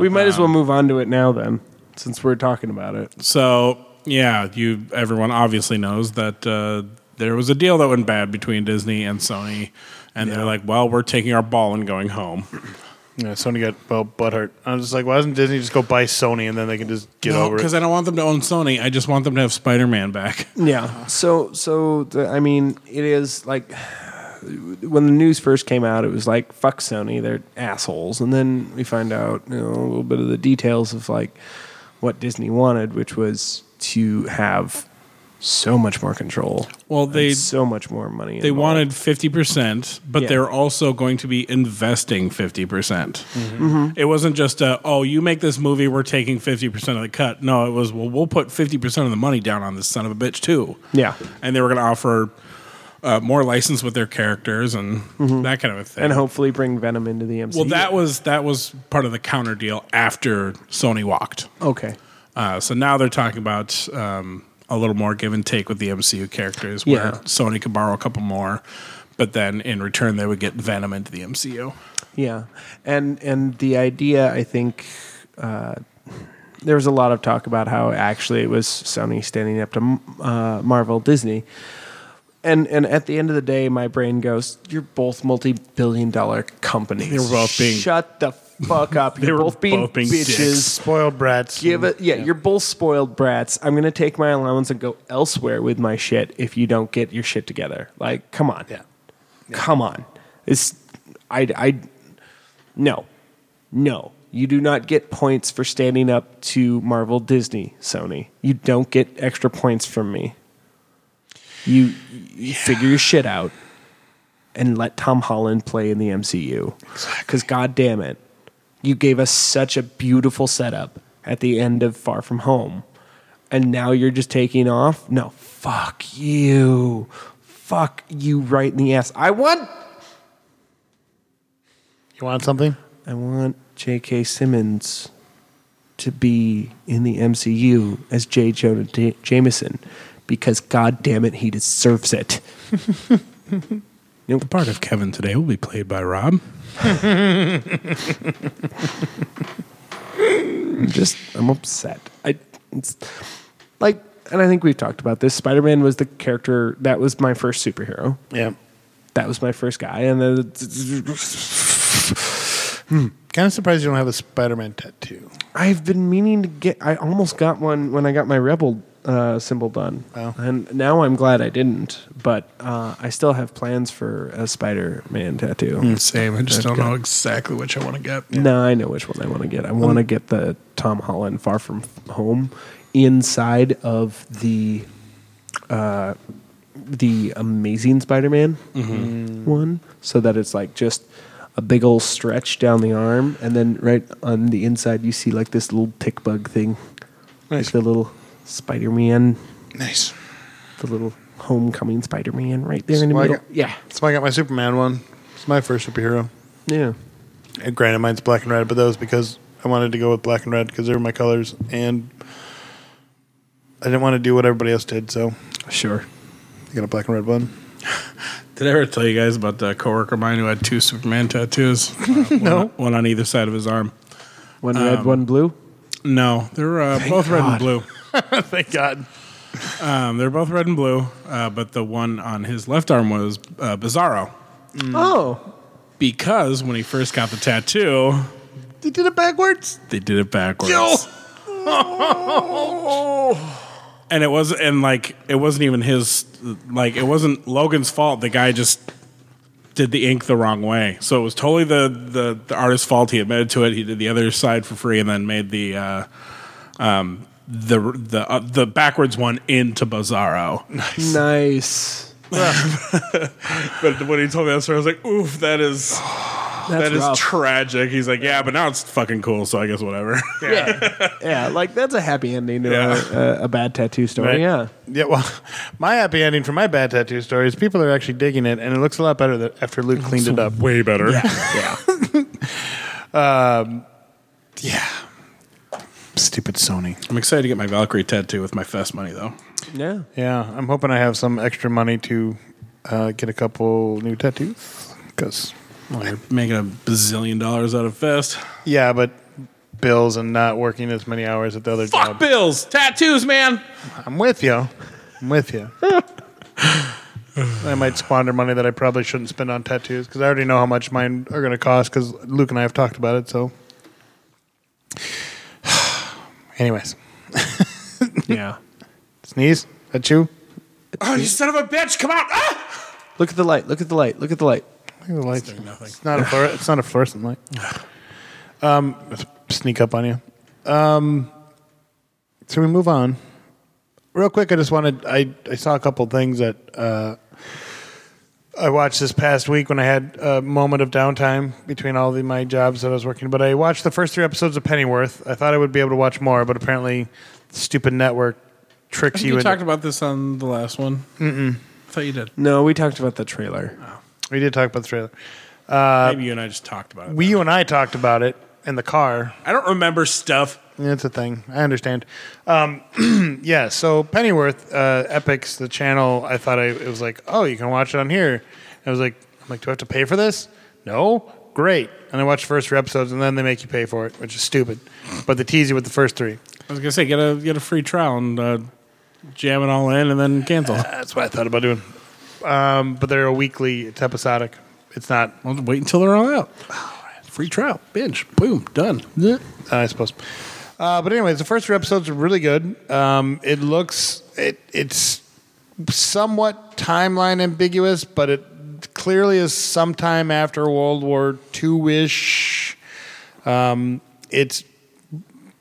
Speaker 5: [laughs] we might as well move on to it now then, since we're talking about it.
Speaker 3: So yeah, you everyone obviously knows that uh, there was a deal that went bad between Disney and Sony, and they're like, "Well, we're taking our ball and going home."
Speaker 4: yeah, Sony got well butthurt. I was just like, why doesn't Disney just go buy Sony and then they can just get over it?
Speaker 3: because I don't want them to own Sony. I just want them to have Spider Man back.
Speaker 5: Yeah. Uh-huh. So so the, I mean, it is like when the news first came out, it was like fuck Sony, they're assholes, and then we find out you know, a little bit of the details of like what Disney wanted, which was to have so much more control.
Speaker 3: Well,
Speaker 5: and
Speaker 3: they-
Speaker 5: so much more money.
Speaker 3: They
Speaker 5: involved.
Speaker 3: wanted 50%, but
Speaker 5: Yeah.
Speaker 3: they're also going to be investing 50%. percent
Speaker 5: Mm-hmm.
Speaker 3: It wasn't just a, oh, you make this movie, we're taking 50% of the cut. No, it was, well, we'll put 50% of the money down on this son of a bitch, too.
Speaker 5: Yeah.
Speaker 3: And they were going to offer uh, more license with their characters and that kind of a thing.
Speaker 5: Mm-hmm. and hopefully bring Venom into the MCU.
Speaker 3: well, that was that was part of the counter deal after Sony walked.
Speaker 5: okay.
Speaker 3: Uh, so now they're talking about um, a little more give and take with the MCU characters, where
Speaker 5: Yeah.
Speaker 3: Sony could borrow a couple more, but then in return they would get Venom into the MCU.
Speaker 5: Yeah, and and the idea, I think, uh, there was a lot of talk about how actually it was Sony standing up to uh, Marvel, Disney, and and at the end of the day, my brain goes, "You're both multi-billion-dollar companies.
Speaker 3: They were both being-
Speaker 5: shut the fuck
Speaker 3: [laughs]
Speaker 5: up. You're
Speaker 3: were
Speaker 5: both being
Speaker 3: both being
Speaker 5: bitches."
Speaker 3: dicks.
Speaker 4: Spoiled brats.
Speaker 5: Give it, yeah, You're both spoiled brats. I'm gonna take my allowance and go elsewhere with my shit if you don't get your shit together. Like, come on,
Speaker 4: Yeah.
Speaker 5: come on. It's I I no. No. You do not get points for standing up to Marvel, Disney, Sony. You don't get extra points from me. You, you figure your shit out and let Tom Holland play in the MCU. Cuz god damn it. You gave us such a beautiful setup at the end of Far From Home. And now you're just taking off? No, fuck you. Fuck you right in the ass. I want
Speaker 4: You want something?
Speaker 5: I want J.K. Simmons to be in the MCU as J. Jonah J- Jameson because, god damn it, he deserves it.
Speaker 3: The part of Kevin today will be played by Rob.
Speaker 5: I'm just, I'm upset. I, it's, like, and I think we've talked about this. Spider Man was the character that was my first superhero.
Speaker 4: Yeah.
Speaker 5: That was my first guy, and then
Speaker 4: Kind of surprised you don't have a Spider Man tattoo.
Speaker 5: I've been meaning to get. I almost got one when I got my rebel uh, symbol done,
Speaker 4: Oh.
Speaker 5: and now I'm glad I didn't. But uh, I still have plans for a Spider-Man tattoo.
Speaker 3: Mm, Same. I just don't know exactly which I want to get.
Speaker 5: No, I know which one I want to get. I
Speaker 3: Um,
Speaker 5: want to get the Tom Holland Far From Home inside of the uh, the Amazing Spider-Man
Speaker 3: Mm-hmm.
Speaker 5: one, so that it's like just a big old stretch down the arm, and then right on the inside you see like this little tick bug thing, like the little Spider-Man,
Speaker 4: Nice.
Speaker 5: the little Homecoming Spider-Man right there in the
Speaker 4: That's why I
Speaker 5: middle.
Speaker 4: got-
Speaker 5: Yeah,
Speaker 4: That's why I got my Superman one. It's my first superhero.
Speaker 5: yeah.
Speaker 4: And granted, mine's black and red, but that was because I wanted to go with black and red because they were my colors, and I didn't want to do what everybody else did, so
Speaker 5: Sure.
Speaker 4: I got a black and red one.
Speaker 3: Did I ever tell you guys about the coworker of mine who had two Superman [laughs] tattoos? no. One, one on either side of his arm.
Speaker 5: One red, one blue.
Speaker 3: No, they're uh, both red and
Speaker 5: God.
Speaker 3: blue.
Speaker 4: Thank God.
Speaker 3: Um, they're both red and blue, uh, but the one on his left arm was uh, Bizarro.
Speaker 5: Oh,
Speaker 3: Because when he first got the tattoo,
Speaker 4: They did it backwards.
Speaker 3: they did it backwards.
Speaker 4: Yo! Oh.
Speaker 5: [laughs]
Speaker 3: and it was and like it wasn't even his like it wasn't Logan's fault. The guy just did the ink the wrong way. So it was totally the the, the artist's fault. He admitted to it. He did the other side for free and then made the uh, um the the uh, the backwards one into [laughs] Bizarro.
Speaker 5: nice.
Speaker 3: [sighs] But when he told me that story, I was like, "Oof, that is
Speaker 5: That's
Speaker 3: Oh, That is
Speaker 5: rough.
Speaker 3: tragic. He's like, yeah, but now it's fucking cool, so I guess whatever.
Speaker 5: yeah, like that's a happy ending to
Speaker 3: Yeah.
Speaker 5: a, a, a bad tattoo story.
Speaker 4: Right.
Speaker 5: Yeah.
Speaker 4: Oh, Yeah, well, [laughs] my happy ending for my bad tattoo story is people are actually digging it, and it looks a lot better than after Luke
Speaker 3: [laughs]
Speaker 4: cleaned it up.
Speaker 3: Way better.
Speaker 4: Yeah. Stupid Sony.
Speaker 3: I'm excited to get my Valkyrie tattoo with my fest money though.
Speaker 5: Yeah.
Speaker 4: Yeah, I'm hoping I have some extra money to uh, get a couple new tattoos. Because,
Speaker 3: Well, you're making a bazillion dollars out of fest.
Speaker 4: yeah, but bills and not working as many hours at the other
Speaker 3: Fuck
Speaker 4: job.
Speaker 3: bills, tattoos, man.
Speaker 4: I'm with you. I'm with you. I might squander money that I probably shouldn't spend on tattoos because I already know how much mine are going to cost because Luke and I have talked about it. So, [sighs] anyways,
Speaker 5: Yeah.
Speaker 4: sneeze. That you?
Speaker 3: [laughs] Oh, you son of a bitch! Come out! Ah!
Speaker 5: Look at the light. Look at the light. Look at the light.
Speaker 4: Look at the lights. It's,
Speaker 3: nothing.
Speaker 4: not a fluor- it's not a fluorescent light. [sighs] Um, sneak up on you. Um, so we move on. Real quick, I just wanted I, I saw a couple things that uh, I watched this past week when I had a moment of downtime between all the, my jobs that I was working. But I watched the first three episodes of Pennyworth. I thought I would be able to watch more, but apparently, stupid network tricks you.
Speaker 3: You
Speaker 4: into-
Speaker 3: talked about this on the last one. Mm-mm. I thought you did.
Speaker 5: No, we talked about the trailer.
Speaker 4: we did talk about the trailer.
Speaker 3: Maybe you and I just talked about it.
Speaker 4: Uh, We, you, and I talked about it in the car.
Speaker 3: I don't remember stuff.
Speaker 4: Yeah, It's a thing. I understand. Um, [clears throat] yeah, so Pennyworth, uh, Epics, the channel, I thought I, it was like, oh, you can watch it on here. And I was like, I'm like, do I have to pay for this? No? Great. And I watched the first three episodes, and then they make you pay for it, which is stupid. But they tease you with the first three.
Speaker 3: I was gonna say get a get a free trial and uh, jam it all in and then cancel.
Speaker 4: That's what I thought about doing. Um, but they're a weekly, it's episodic. It's not
Speaker 3: I'll wait until they're all out. Free trial, binge, boom, done.
Speaker 4: I suppose. Uh, but anyways, the first three episodes are really good. Um, it looks it it's somewhat timeline ambiguous, but it clearly is sometime after World War II ish. Um, it's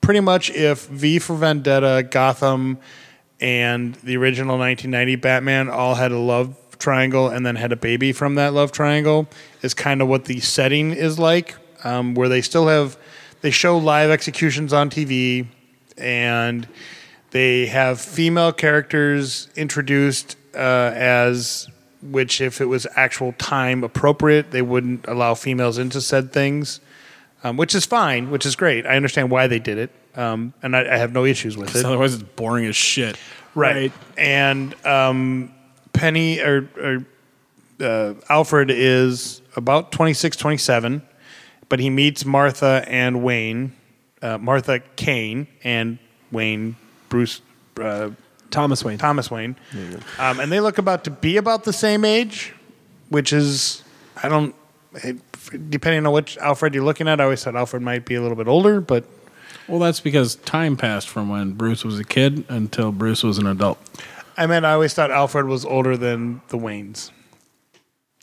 Speaker 4: pretty much if V for Vendetta, Gotham, and the original 1990 Batman all had a love triangle and then had a baby from that love triangle, is kind of what the setting is like, um, where they still have, they show live executions on TV and they have female characters introduced uh, as. Which, if it was actual time appropriate, they wouldn't allow females into said things um, which is fine, which is great. I understand why they did it, um, and I, I have no issues with it.
Speaker 3: Otherwise, it's boring as shit.
Speaker 4: And um, Penny or, or uh, Alfred is about 26, 27, but he meets Martha and Wayne, uh, Martha Kane and Wayne Bruce. Uh,
Speaker 5: Thomas Wayne.
Speaker 4: Thomas Wayne. Um, and they look about to be about the same age, which is, I don't, it, depending on which Alfred you're looking at, I always thought Alfred might be a little bit older, but
Speaker 3: Well, that's because time passed from when Bruce was a kid until Bruce was an adult.
Speaker 4: I mean, I always thought Alfred was older than the Waynes.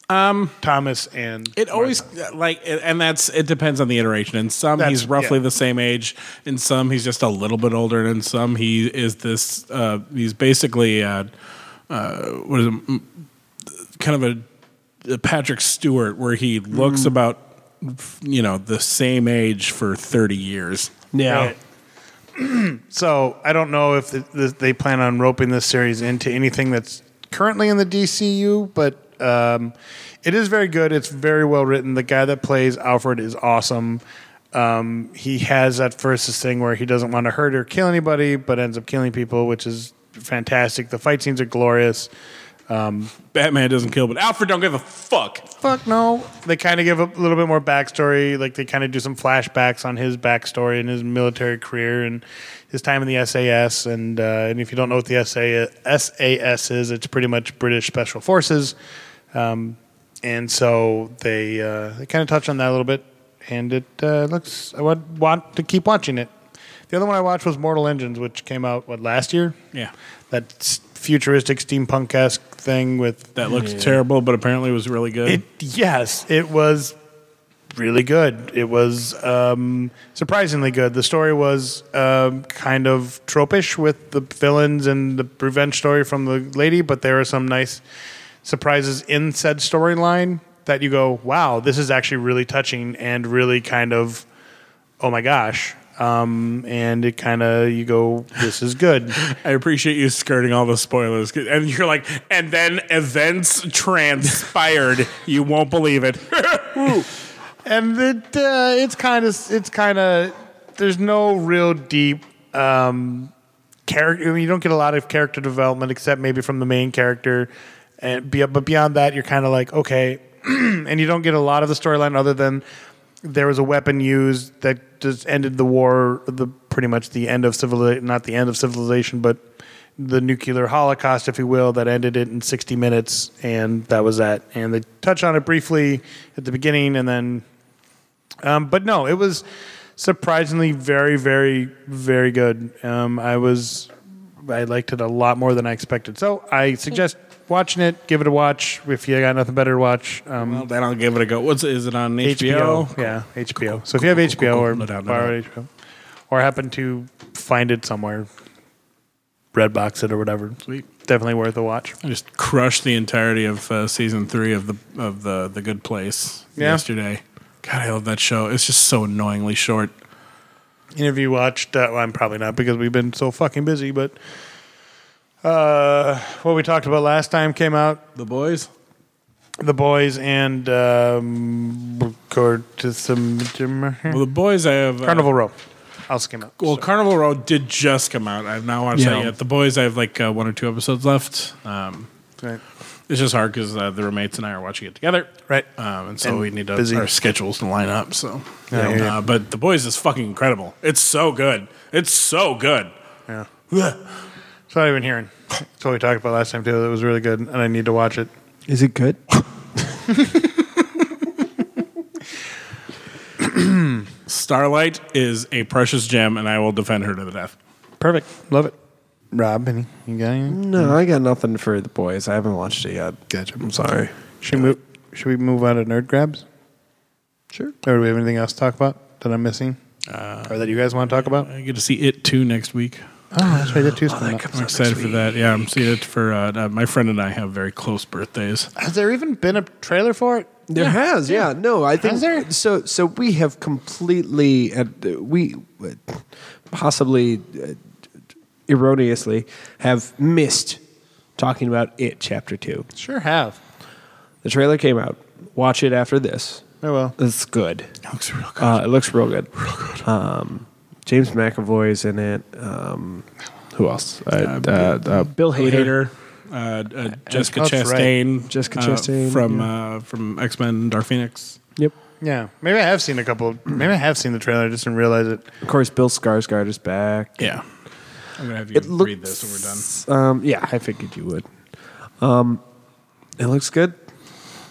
Speaker 4: Um, Thomas and
Speaker 3: It always like, and that's it depends on the iteration. In some,
Speaker 4: That's-
Speaker 3: he's roughly
Speaker 4: yeah.
Speaker 3: the same age. In some, he's just a little bit older. And in some, he is this. Uh, he's basically uh, uh, what is it? M- Kind of a, a Patrick Stewart, where he looks
Speaker 4: Mm-hmm.
Speaker 3: about you know the same age for thirty years.
Speaker 5: Yeah.
Speaker 4: Right. [clears throat] so I don't know if th th they plan on roping this series into anything that's currently in the DCU, but um, it is very good. It's very well written. The guy that plays Alfred is awesome. Um, he has at first this thing where he doesn't want to hurt or kill anybody, but ends up killing people, which is fantastic. The fight scenes are glorious.
Speaker 3: Batman doesn't kill, but Alfred don't give a fuck.
Speaker 4: Fuck no. They kind of give a little bit more backstory. Like they kind of do some flashbacks on his backstory and his military career and his time in the SAS. And uh, and if you don't know what the SA, SAS is, it's pretty much British Special Forces. Um, and so they uh, they kind of touch on that a little bit. And it uh, looks. I would want to keep watching it. The other one I watched was Mortal Engines, which came out what last year.
Speaker 3: Yeah,
Speaker 4: That s- futuristic steampunk esque thing with
Speaker 3: that looks terrible, but apparently was really good.
Speaker 4: it yes, it was really good. It was um, surprisingly good. The story was um, kind of tropish with the villains and the revenge story from the lady, but there are some nice surprises in said storyline. that you go, wow, this is actually really touching and really kind of, oh my gosh. Um, and it kind of, you go, this is good.
Speaker 3: I appreciate you skirting all the spoilers. 'cause- And you're like, and then events [laughs] transpired. you won't believe it.
Speaker 4: and it, uh, it's kind of it's kind of there's no real deep um, character. I mean, you don't get a lot of character development except maybe from the main character, and be, but beyond that, you're kind of like okay, [clears throat] and you don't get a lot of the storyline other than there was a weapon used that just ended the war, the pretty much the end of civilization, not the end of civilization, but the nuclear holocaust, if you will, that ended it in 60 minutes, and that was that. And they touch on it briefly at the beginning, and then um, but no, it was surprisingly very, very, very good. Um, I was, I liked it a lot more than I expected. So I suggest watching it. Give it a watch if you got nothing better to watch.
Speaker 3: [laughs]
Speaker 4: Um,
Speaker 3: well, then I'll give it a go. What's is it on
Speaker 4: HBO,
Speaker 3: HBO?
Speaker 4: yeah, HBO. so if you have
Speaker 3: cool,
Speaker 4: HBO
Speaker 3: cool,
Speaker 4: or
Speaker 3: cool. No doubt, no
Speaker 4: borrowed HBO, or happen to find it somewhere, Redbox it or whatever. Sweet, definitely worth a watch.
Speaker 3: I just crushed the entirety of uh, season three of the of the the Good Place
Speaker 4: Yeah.
Speaker 3: yesterday. God, I love that show. It's just so annoyingly short.
Speaker 4: And if you watched, uh, well, I'm probably not because we've been so fucking busy. But uh, what we talked about last time came out.
Speaker 3: The boys.
Speaker 4: the boys and um, Cortisum
Speaker 3: Well, the boys. I have uh,
Speaker 4: Carnival Row. I'll skim it.
Speaker 3: Well,
Speaker 4: So-
Speaker 3: Carnival Row did just come out. I've not watched that
Speaker 5: Yeah.
Speaker 3: yet. The boys. I have like uh, one or two episodes left. Um,
Speaker 4: right.
Speaker 3: it's just hard because uh, the roommates and I are watching it together.
Speaker 4: right.
Speaker 3: Um, and so
Speaker 4: And
Speaker 3: we need to,
Speaker 4: busy.
Speaker 3: our schedules to line up. So,
Speaker 4: Yeah,
Speaker 3: you know,
Speaker 4: yeah.
Speaker 3: uh, but the boys is fucking incredible. It's so good. It's so good.
Speaker 4: yeah.
Speaker 3: Ugh.
Speaker 4: It's not even hearing. That's what we talked about last time too. That was really good, and I need to watch it.
Speaker 5: Is it good?
Speaker 3: Starlight is a precious gem, and I will defend her to the death.
Speaker 4: Perfect. Love it. Rob, any you got any?
Speaker 5: No, I got nothing for the boys. I haven't watched it yet.
Speaker 4: Gotcha.
Speaker 5: I'm sorry.
Speaker 4: Should we move? Should we move on to nerd grabs?
Speaker 5: Sure.
Speaker 4: Or do we have anything else to talk about that I'm missing, or that you guys want to talk about?
Speaker 3: I get to see it too next week.
Speaker 4: Oh, that's right. That two's coming up.
Speaker 3: I'm excited for that. Yeah, I'm seeing it for uh, uh, my friend and I have very close birthdays.
Speaker 4: Has there even been a trailer for it?
Speaker 5: There has, yeah. No, I think
Speaker 4: Has there?
Speaker 5: so. So we have completely, uh, we uh, possibly uh, erroneously have missed talking about it. Chapter two.
Speaker 4: Sure have.
Speaker 5: The trailer came out. Watch it after this.
Speaker 4: Oh well.
Speaker 5: It's good.
Speaker 3: Looks real good.
Speaker 5: Uh, it looks real good. [laughs] Real good. Um, James McAvoy's in it. Um, who else? Uh, uh, uh, Bill Hader.
Speaker 3: Uh, uh, Jessica
Speaker 4: that's right.
Speaker 3: Chastain.
Speaker 5: Jessica
Speaker 3: uh,
Speaker 5: Chastain,
Speaker 3: from
Speaker 5: yeah.
Speaker 3: uh, from X Men Dark Phoenix.
Speaker 5: Yep.
Speaker 4: Yeah, maybe I have seen a couple. Maybe I have seen the trailer. I just didn't realize it.
Speaker 5: Of course, Bill Skarsgård is back.
Speaker 3: Yeah, I'm gonna have you
Speaker 5: It looks.
Speaker 3: read this when we're done.
Speaker 5: Um, yeah, I figured you would. Um, it looks good.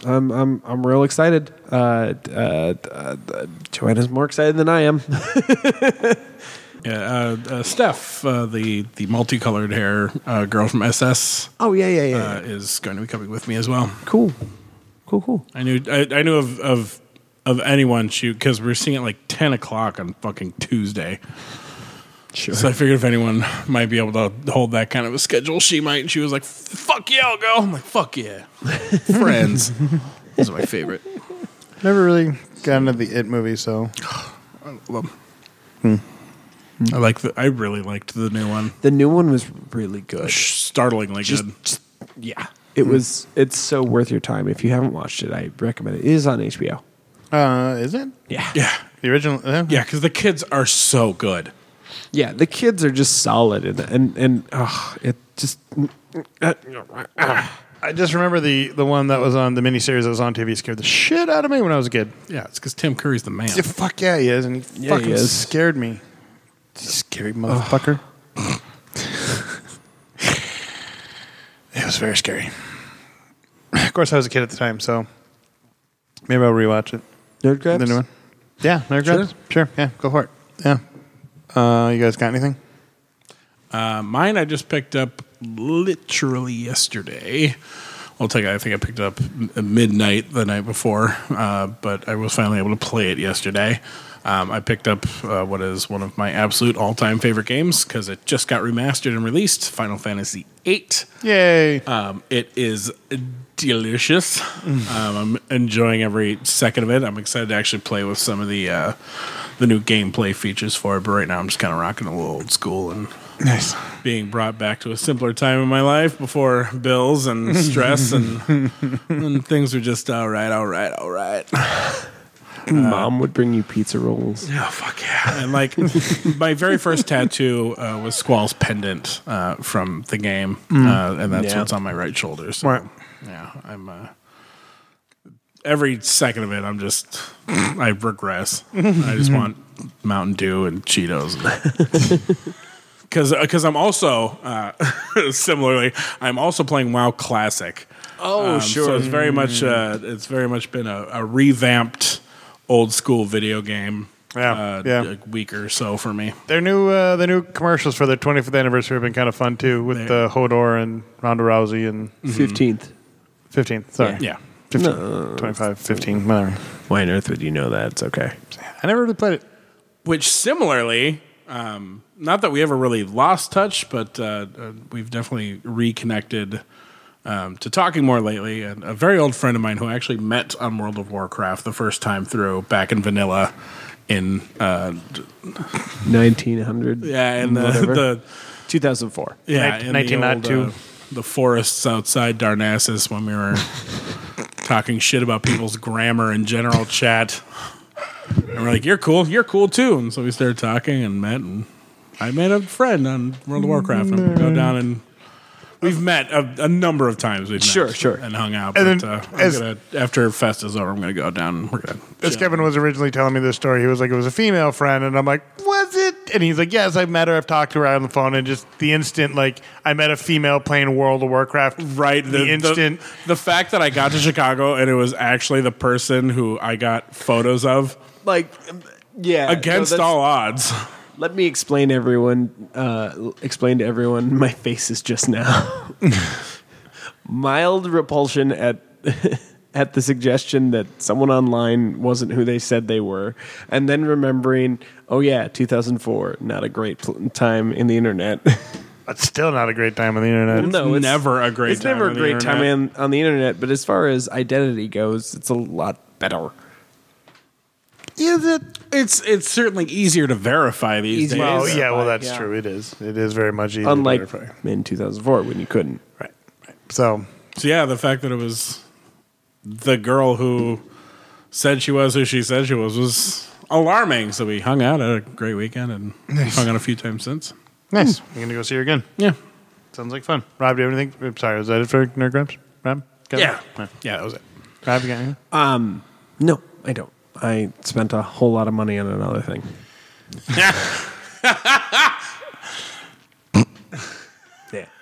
Speaker 5: I'm I'm I'm real excited. Uh, d- uh, d- uh, d- Joanna's more excited than I am. [laughs]
Speaker 3: Yeah, uh, uh, Steph, uh, the the multicolored hair uh, girl from SS,
Speaker 5: oh yeah yeah yeah.
Speaker 3: uh, is going to be coming with me as well.
Speaker 5: cool, cool cool.
Speaker 3: I knew I, I knew of of of anyone shoot because we're seeing it like ten o'clock on fucking Tuesday.
Speaker 5: Sure.
Speaker 3: So I figured if anyone might be able to hold that kind of a schedule, she might. She was like, "Fuck yeah, I'll go." I'm like, "Fuck yeah, [laughs] friends." Those are my favorite.
Speaker 4: Never really got into the It movie, so
Speaker 3: Love 'em. I like the. I really liked the new one.
Speaker 5: the new one was really good.
Speaker 3: Startlingly
Speaker 5: Just,
Speaker 3: good.
Speaker 5: just- yeah. It was. It's so worth your time if you haven't watched it. I recommend it. It is on HBO.
Speaker 4: uh, is it
Speaker 5: [laughs] Yeah.
Speaker 3: Yeah,
Speaker 4: the original? Uh,
Speaker 3: yeah, because the kids are so good.
Speaker 5: Yeah, the kids are just solid, and and and ugh, it just
Speaker 4: I just remember the the one that was on the miniseries that was on TV scared the shit out of me when I was a kid.
Speaker 3: Yeah, it's because Tim Curry's the man.
Speaker 4: Yeah, fuck yeah, he is, and he
Speaker 5: Yeah, he
Speaker 4: fucking
Speaker 5: is.
Speaker 4: scared me. Scary motherfucker. it was very scary. [clears throat] Of course, I was a kid at the time, so maybe I'll rewatch it.
Speaker 5: nerd grabs.
Speaker 4: The new one? Yeah, no regrets. Sure. Yeah, go for it. Yeah. Uh, you guys got anything?
Speaker 3: Uh, mine I just picked up literally yesterday I'll take. I think I picked it up m- at midnight the night before, uh, but I was finally able to play it yesterday. Um, I picked up uh, what is one of my absolute all-time favorite games because it just got remastered and released, Final Fantasy VIII.
Speaker 4: Yay.
Speaker 3: Um, it is delicious. um, I'm enjoying every second of it. I'm excited to actually play with some of the uh, the new gameplay features for it. But right now, I'm just kind of rocking a little old school and
Speaker 4: nice.
Speaker 3: being brought back to a simpler time in my life before bills and stress and, and things were just all right, all right, all right.
Speaker 5: Mm. Mom would bring you pizza rolls.
Speaker 3: Oh fuck yeah! And like my very first tattoo uh, was Squall's pendant uh, from the game, uh, and that's
Speaker 5: Yeah.
Speaker 3: what's on my right shoulder. So,
Speaker 4: Right.
Speaker 3: Yeah, I'm. Uh, every second of it, I'm just. I regress. I just want Mountain Dew and Cheetos. Because because I'm also uh, [laughs] similarly, I'm also playing WoW Classic. Um,
Speaker 1: Oh, sure.
Speaker 3: So it's very much uh, it's very much been a, a revamped old school video game.
Speaker 4: Yeah,
Speaker 3: uh,
Speaker 4: yeah.
Speaker 3: A week or so for me.
Speaker 4: Their new uh, the new commercials for their 25th anniversary have been kind of fun too, with uh, Hodor and Ronda Rousey and
Speaker 5: Mm-hmm. 15th.
Speaker 4: 15. Sorry,
Speaker 3: Yeah.
Speaker 4: 15, 25, 15, whatever.
Speaker 5: Why on earth would you know that? It's okay.
Speaker 4: I never really played it.
Speaker 3: Which similarly, um, not that we ever really lost touch, but uh, uh, we've definitely reconnected um, to talking more lately. And a very old friend of mine who I actually met on World of Warcraft the first time through back in Vanilla in uh,
Speaker 5: 1900.
Speaker 3: yeah in [laughs] the,
Speaker 5: Whatever.
Speaker 3: the
Speaker 5: 2004.
Speaker 3: Yeah,
Speaker 4: Nin-
Speaker 3: in the old,
Speaker 4: 1902.
Speaker 3: uh, The forests outside Darnassus when we
Speaker 4: [laughs]
Speaker 3: were talking shit about people's grammar in general chat. And we're like, you're cool, you're cool too. And so we started talking and met, and I made a friend on World of Warcraft. And we go down and we've met a, a number of times. We've met
Speaker 5: Sure, sure.
Speaker 3: And hung out.
Speaker 4: And
Speaker 3: but
Speaker 4: then
Speaker 3: uh, I'm
Speaker 4: as-
Speaker 3: gonna, after Fest is over, I'm going to go down and we're going to.
Speaker 4: As Kevin was originally telling me this story, he was like, it was a female friend. And I'm like, was it? And he's like, yes, I met her. I've talked to her on the phone. And just the instant, like, I met a female playing World of Warcraft.
Speaker 3: Right,
Speaker 4: The,
Speaker 3: [laughs]
Speaker 4: instant.
Speaker 3: the, fact that I got to Chicago and it was actually the person who I got photos of
Speaker 5: Like, yeah.
Speaker 3: against all odds.
Speaker 5: Let me explain everyone. Uh, explain to everyone my faces just now. [laughs] Mild repulsion at [laughs] at the suggestion that someone online wasn't who they said they were, and then remembering, oh yeah, 2004, not a great pl- time in the
Speaker 3: [laughs]
Speaker 5: internet.
Speaker 4: That's still not a great time on the internet.
Speaker 5: no,
Speaker 3: never a great
Speaker 5: It's
Speaker 3: time
Speaker 5: never
Speaker 3: on
Speaker 5: a
Speaker 3: the
Speaker 5: great time on,
Speaker 3: internet.
Speaker 5: on the internet. But as far as identity goes, it's a lot better.
Speaker 3: Is it? It's it's certainly easier to verify these
Speaker 5: Easy.
Speaker 3: days.
Speaker 5: Well,
Speaker 4: Oh,
Speaker 5: is.
Speaker 4: yeah, well, that's
Speaker 5: Yeah.
Speaker 4: true. It is. It is very much easier. to
Speaker 5: Unlike
Speaker 4: verify.
Speaker 5: in 2004 when you couldn't.
Speaker 4: Right. right. So,
Speaker 3: So yeah, the fact that it was the girl who said she was who she said she was was alarming. So we hung out had a great weekend and hung out a few times since.
Speaker 4: nice. I'm going to go see her again.
Speaker 3: Yeah.
Speaker 4: Sounds like fun. Rob, do you have anything? I'm sorry, was that it for Nerd Grabs? Rob? Kevin?
Speaker 3: Yeah. Yeah, that was it.
Speaker 4: Rob, you got anything?
Speaker 5: No, I don't. I spent a whole lot of money on another thing.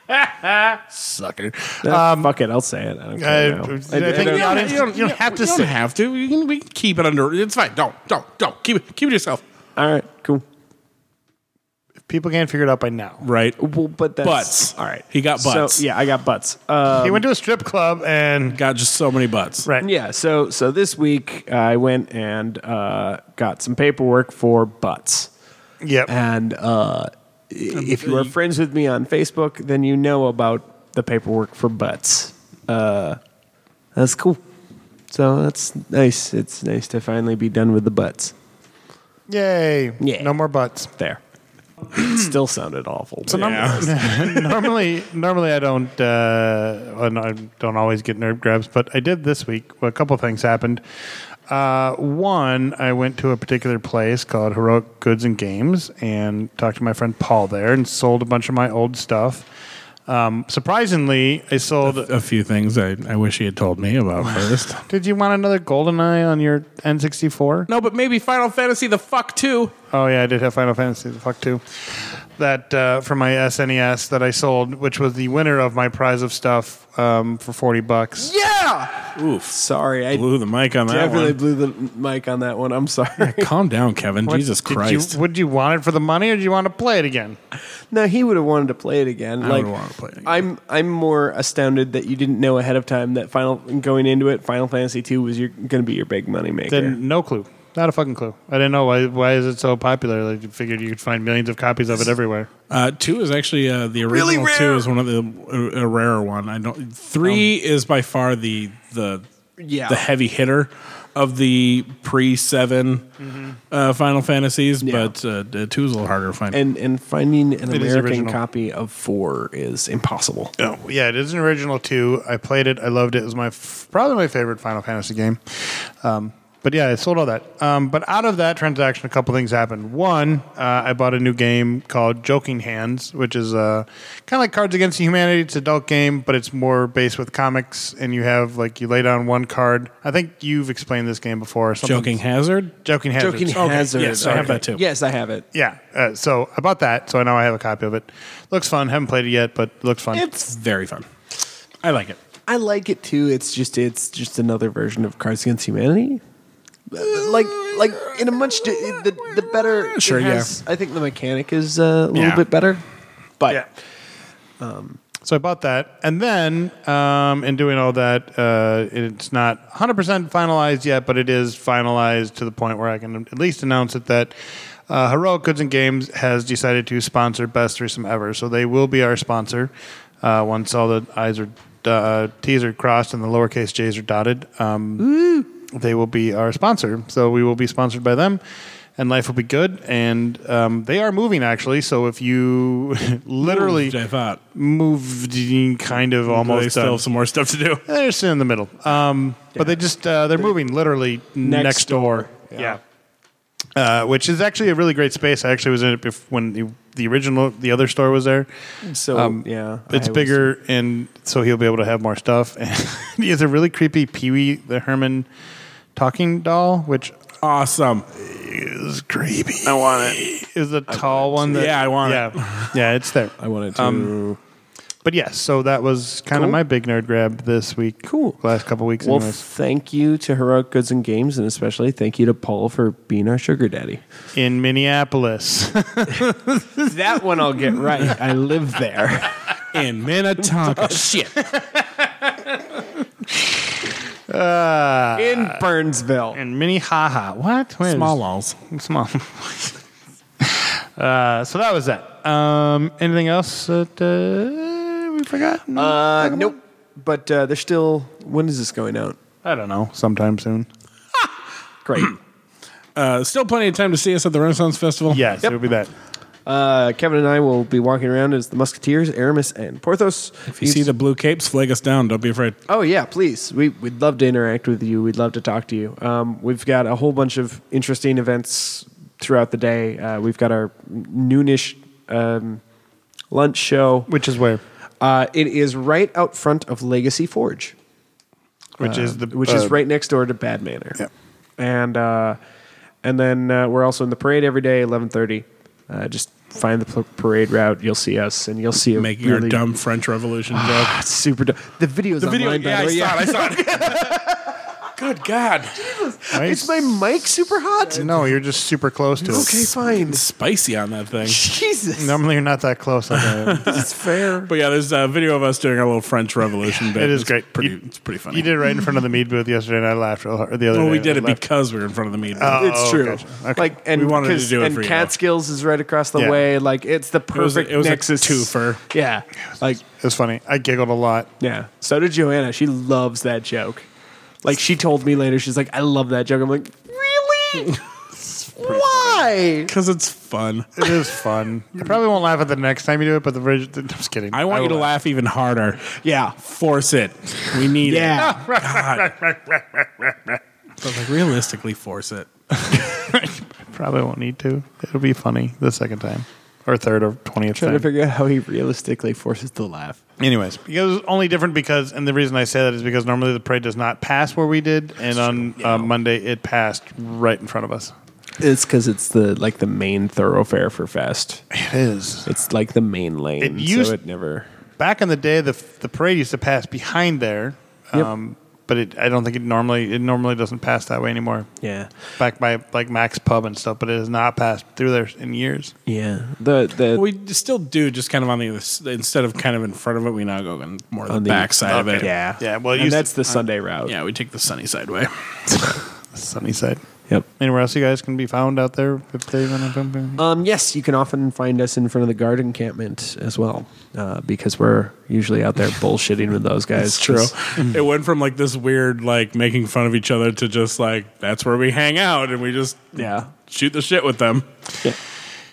Speaker 5: yeah.
Speaker 1: Sucker.
Speaker 5: fuck it. I'll say it. I don't
Speaker 4: I,
Speaker 5: care. now.
Speaker 4: I
Speaker 5: I- I
Speaker 4: think
Speaker 5: don't-
Speaker 4: the audience, you don't, you don't have to
Speaker 3: You don't
Speaker 4: say.
Speaker 3: have to. You can, we can keep it under. It's fine. Don't don't don't keep it keep it yourself.
Speaker 5: all right, cool.
Speaker 4: People can't figure it out by now.
Speaker 3: Right.
Speaker 5: Well, but that's
Speaker 3: Butts.
Speaker 5: All right.
Speaker 3: He got butts.
Speaker 5: So, yeah, I got butts. Uh,
Speaker 4: he went to a strip club and
Speaker 3: Got just so many butts.
Speaker 4: right.
Speaker 5: yeah. So so this week I went and uh, got some paperwork for butts.
Speaker 4: Yep.
Speaker 5: And uh, if you are friends with me on Facebook, then you know about the paperwork for butts. Uh, that's cool. So that's nice. It's nice to finally be done with the butts.
Speaker 4: Yay.
Speaker 5: Yeah.
Speaker 4: No more butts.
Speaker 5: There. It still sounded awful. but-
Speaker 4: [laughs] normally, normally I don't. Uh, well, no, I don't always get nerve grabs, but I did this week. Well, a couple things happened. Uh, one, I went to a particular place called Heroic Goods and Games and talked to my friend Paul there and sold a bunch of my old stuff. Um, surprisingly, I sold.
Speaker 3: a few things I, I wish he had told me about first.
Speaker 4: Did you want another golden eye on your N64?
Speaker 3: no, but maybe Final Fantasy the fuck too.
Speaker 4: Oh yeah, I did have Final Fantasy the fuck too. The- that uh, from my SNES that I sold, which was the winner of my prize of stuff um, for forty bucks.
Speaker 5: Yeah.
Speaker 3: Oof.
Speaker 5: Sorry, I
Speaker 3: Blew the mic on that
Speaker 5: definitely
Speaker 3: one.
Speaker 5: blew the mic on that one.
Speaker 3: [laughs]
Speaker 5: I'm sorry. [laughs]
Speaker 3: Calm down, Kevin.
Speaker 4: What-
Speaker 3: Jesus
Speaker 4: did you-
Speaker 3: Christ.
Speaker 4: would you want it for the money, or do you want to play it again?
Speaker 5: no, he would have wanted to play it again.
Speaker 3: I
Speaker 5: like
Speaker 3: would've wanted to play it again.
Speaker 5: I'm, I'm more astounded that you didn't know ahead of time that final going into it, Final Fantasy II was your going to be your big money maker.
Speaker 4: Then no clue, not a fucking clue. I didn't know why. Why is it so popular? Like, you figured you could find millions of copies of it everywhere.
Speaker 3: Uh, two is actually uh, the original.
Speaker 5: Really
Speaker 3: Two
Speaker 5: rare.
Speaker 3: is one of the uh, a, a rarer one. I don't. Three is by far the the
Speaker 5: Yeah.
Speaker 3: the heavy hitter of the pre 7 uh, Final Fantasies,
Speaker 5: Mm-hmm. Yeah.
Speaker 3: but uh, d- two is a little harder to find.
Speaker 5: and and finding an
Speaker 4: It is
Speaker 5: American
Speaker 4: original.
Speaker 5: copy of four is impossible.
Speaker 4: No, yeah, it is an original too. I played it. I loved it. It was my f- probably my favorite Final Fantasy game. Um, but yeah, I sold all that. Um, but out of that transaction, a couple things happened. One, uh, I bought a new game called Joking Hands, which is uh, kind of like Cards Against Humanity. It's an adult game, but it's more based with comics. And you have like you lay down one card. I think you've explained this game before. Something-
Speaker 3: Joking Hazard.
Speaker 4: Joking Hands.
Speaker 5: Joking Hazard.
Speaker 3: yes, I have that too.
Speaker 5: Yes, I have it.
Speaker 4: Yeah. Uh, so I bought that. So I now I have a copy of it. Looks fun. Haven't played it yet, but looks fun.
Speaker 3: It's very fun. I like it.
Speaker 5: I like it too. It's just it's just another version of Cards Against Humanity. Uh, Like like in a much di- the the better.
Speaker 3: Sure,
Speaker 5: it
Speaker 3: yeah.
Speaker 5: has- I think the mechanic is uh, a little
Speaker 4: Yeah.
Speaker 5: bit better, but
Speaker 4: Yeah. Um, so I bought that, and then um, in doing all that, uh, it's not 100% finalized yet, but it is finalized to the point where I can at least announce it that uh, Heroic Goods and Games has decided to sponsor Best Threesome Ever, so they will be our sponsor uh, once all the I's are uh, T's are crossed and the lowercase J's are dotted. Um, they will be our sponsor. So we will be sponsored by them, and life will be good. And um, they are moving actually. So if you [laughs] literally
Speaker 3: Which I thought.
Speaker 4: moved, kind of
Speaker 3: Almost they
Speaker 4: almost
Speaker 3: still
Speaker 4: done.
Speaker 3: have some more stuff to do.
Speaker 4: They're still in the middle. Um, But they just uh, they're moving literally next,
Speaker 5: Next
Speaker 4: door.
Speaker 5: door.
Speaker 4: Yeah. Uh, which is actually a really great space. I actually was in it bef- when the, the original, the other store was there.
Speaker 5: so yeah,
Speaker 4: It's
Speaker 5: I was-
Speaker 4: bigger, and so he'll be able to have more stuff. [laughs] And he has a really creepy Pee Wee the Herman talking doll, which
Speaker 3: Awesome.
Speaker 4: is creepy.
Speaker 3: I want it.
Speaker 4: Is the tall one? That,
Speaker 3: Yeah, I want it.
Speaker 4: yeah. it. Yeah, it's there.
Speaker 5: I wanted to.
Speaker 3: Um,
Speaker 4: But yes, so that was kind of
Speaker 5: Cool.
Speaker 4: my big nerd grab this week.
Speaker 5: Cool.
Speaker 4: Last couple weeks.
Speaker 5: well,
Speaker 4: anyways.
Speaker 5: thank you to Heroic Goods and Games, and especially thank you to Paul for being our sugar
Speaker 4: [laughs]
Speaker 5: daddy.
Speaker 4: in Minneapolis.
Speaker 5: that one I'll get right. I live there.
Speaker 3: In Minnetonka. Shit.
Speaker 5: [laughs] in Burnsville.
Speaker 4: [laughs] in Minnehaha. What? Wait,
Speaker 3: Small walls.
Speaker 4: Small. [laughs] uh, so that was that. Um, anything else that uh, we forgot?
Speaker 5: Uh, nope. But uh, they're still. When is this going out?
Speaker 4: I don't know. Sometime soon.
Speaker 5: Great. [clears throat]
Speaker 3: Uh, still plenty of time to see us at the Renaissance Festival.
Speaker 4: Yes, it'll be that.
Speaker 5: uh, Kevin and I will be walking around as the Musketeers, Aramis, and Porthos.
Speaker 3: If you see the blue capes, flag us down. Don't be afraid.
Speaker 5: Oh yeah, please. We we'd love to interact with you. We'd love to talk to you. Um, we've got a whole bunch of interesting events throughout the day. Uh, we've got our noonish um, lunch show.
Speaker 4: Which is where?
Speaker 5: Uh, it is right out front of Legacy Forge.
Speaker 4: Which is the
Speaker 5: which
Speaker 4: uh,
Speaker 5: is right next door to Bad Manor.
Speaker 4: Yep.
Speaker 5: And uh, and then uh, we're also in the parade every day, eleven thirty. Uh, just find the p- parade route. You'll see us, and you'll see a
Speaker 3: Making
Speaker 5: really
Speaker 3: our dumb French Revolution joke.
Speaker 5: Ah, it's super dumb. The video's the online, by the way. Yeah.
Speaker 3: I saw it. I saw
Speaker 5: [laughs]
Speaker 3: it. Good God.
Speaker 5: Is my mic super hot?
Speaker 4: Uh, No, you're just super close to
Speaker 5: Okay,
Speaker 4: it.
Speaker 3: [laughs]
Speaker 5: fine.
Speaker 3: It's spicy on that thing.
Speaker 5: Jesus, [laughs]
Speaker 4: Normally, you're not that close. Like I am.
Speaker 5: it's fair.
Speaker 3: But yeah, there's a video of us doing our little French Revolution bit.
Speaker 4: it is
Speaker 3: It's
Speaker 4: great.
Speaker 3: Pretty,
Speaker 4: You-
Speaker 3: it's pretty funny.
Speaker 4: [laughs] you did it right in front of the mead booth yesterday, and I laughed real hard. The other
Speaker 3: well,
Speaker 4: day,
Speaker 3: we
Speaker 4: I
Speaker 3: did it
Speaker 4: laughed.
Speaker 3: because we were in front of the meeting.
Speaker 4: Oh,
Speaker 5: It's true.
Speaker 4: gotcha. Okay.
Speaker 5: Like and
Speaker 3: We wanted to
Speaker 5: 'cause-
Speaker 3: do it
Speaker 5: and
Speaker 3: for you, though.
Speaker 5: Catskills is right across the
Speaker 4: Yeah.
Speaker 5: way. Like it's the
Speaker 3: was a-
Speaker 5: perfect
Speaker 3: it was a
Speaker 5: nexus
Speaker 3: twofer.
Speaker 5: Yeah, like
Speaker 4: It was funny. I giggled a lot.
Speaker 5: Yeah. So did Joanna. She loves that joke. Like she told me later, she's like, I love that joke. I'm like, really? Why?
Speaker 3: Because it's fun.
Speaker 4: It is [laughs] fun. I probably won't laugh at the next time you do it, but the bridge. [laughs] I'm just kidding.
Speaker 3: I want you to
Speaker 4: will
Speaker 3: laugh even harder.
Speaker 5: Yeah.
Speaker 3: Force it. We need it.
Speaker 5: Yeah.
Speaker 3: God. But like realistically, force it.
Speaker 4: Probably won't need to. It'll be funny the second time, or third, or twentieth
Speaker 5: Trying to
Speaker 4: time.
Speaker 5: figure out how he realistically forces the laugh.
Speaker 4: Anyways, because it's only different because, and the reason I say that is because normally the parade does not pass where we did, and on uh, Monday it passed right in front of us.
Speaker 5: It's because it's the like the main thoroughfare for Fest.
Speaker 4: It is.
Speaker 5: It's like the main lane,
Speaker 4: It used-
Speaker 5: so it never.
Speaker 4: Back in the day, the the parade used to pass behind there,
Speaker 5: Yep.
Speaker 4: um, but it, I don't think it normally it normally doesn't pass that way anymore.
Speaker 5: Yeah,
Speaker 4: Back by like Max Pub and stuff, but it has not passed through there in years.
Speaker 5: yeah. The the
Speaker 3: We still do just kind of on the instead of kind of in front of it, we now go in more
Speaker 5: on
Speaker 3: the, back side of it.
Speaker 5: okay. Yeah,
Speaker 4: Yeah, well, it
Speaker 5: and
Speaker 4: used to-
Speaker 5: that's the Sunday route.
Speaker 3: yeah, we take the sunny side way.
Speaker 4: Sunnyside.
Speaker 5: Yep.
Speaker 4: Anywhere else you guys can be found out there if they want to.
Speaker 5: Um, yes, you can often find us in front of the guard encampment as well, uh, because we're usually out there bullshitting with those guys.
Speaker 3: It's true. it went from like this weird like making fun of each other to just like that's where we hang out and we just
Speaker 5: Yeah.
Speaker 3: shoot the shit with them.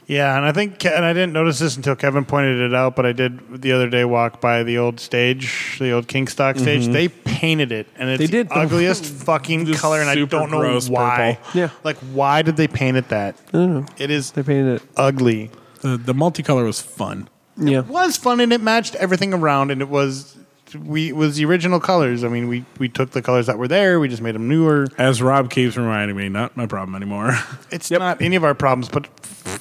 Speaker 4: Yeah, and I think Ke- and I didn't notice this until Kevin pointed it out, but I did the other day walk by the old stage, the old Kingstock stage. They painted it, and it's
Speaker 5: They did.
Speaker 4: the ugliest fucking
Speaker 3: Just
Speaker 4: color, and I
Speaker 3: super
Speaker 4: don't know
Speaker 3: gross
Speaker 4: why.
Speaker 5: purple. Yeah.
Speaker 4: like why did they paint it that? It is
Speaker 5: They painted it.
Speaker 4: ugly.
Speaker 3: The the multicolor was fun.
Speaker 5: Yeah.
Speaker 4: was fun, and it matched everything around, and it was we it was the original colors. I mean, we we took the colors that were there, we just made them newer.
Speaker 3: As Rob keeps reminding me, not my problem anymore. [laughs]
Speaker 4: It's not any of our problems, but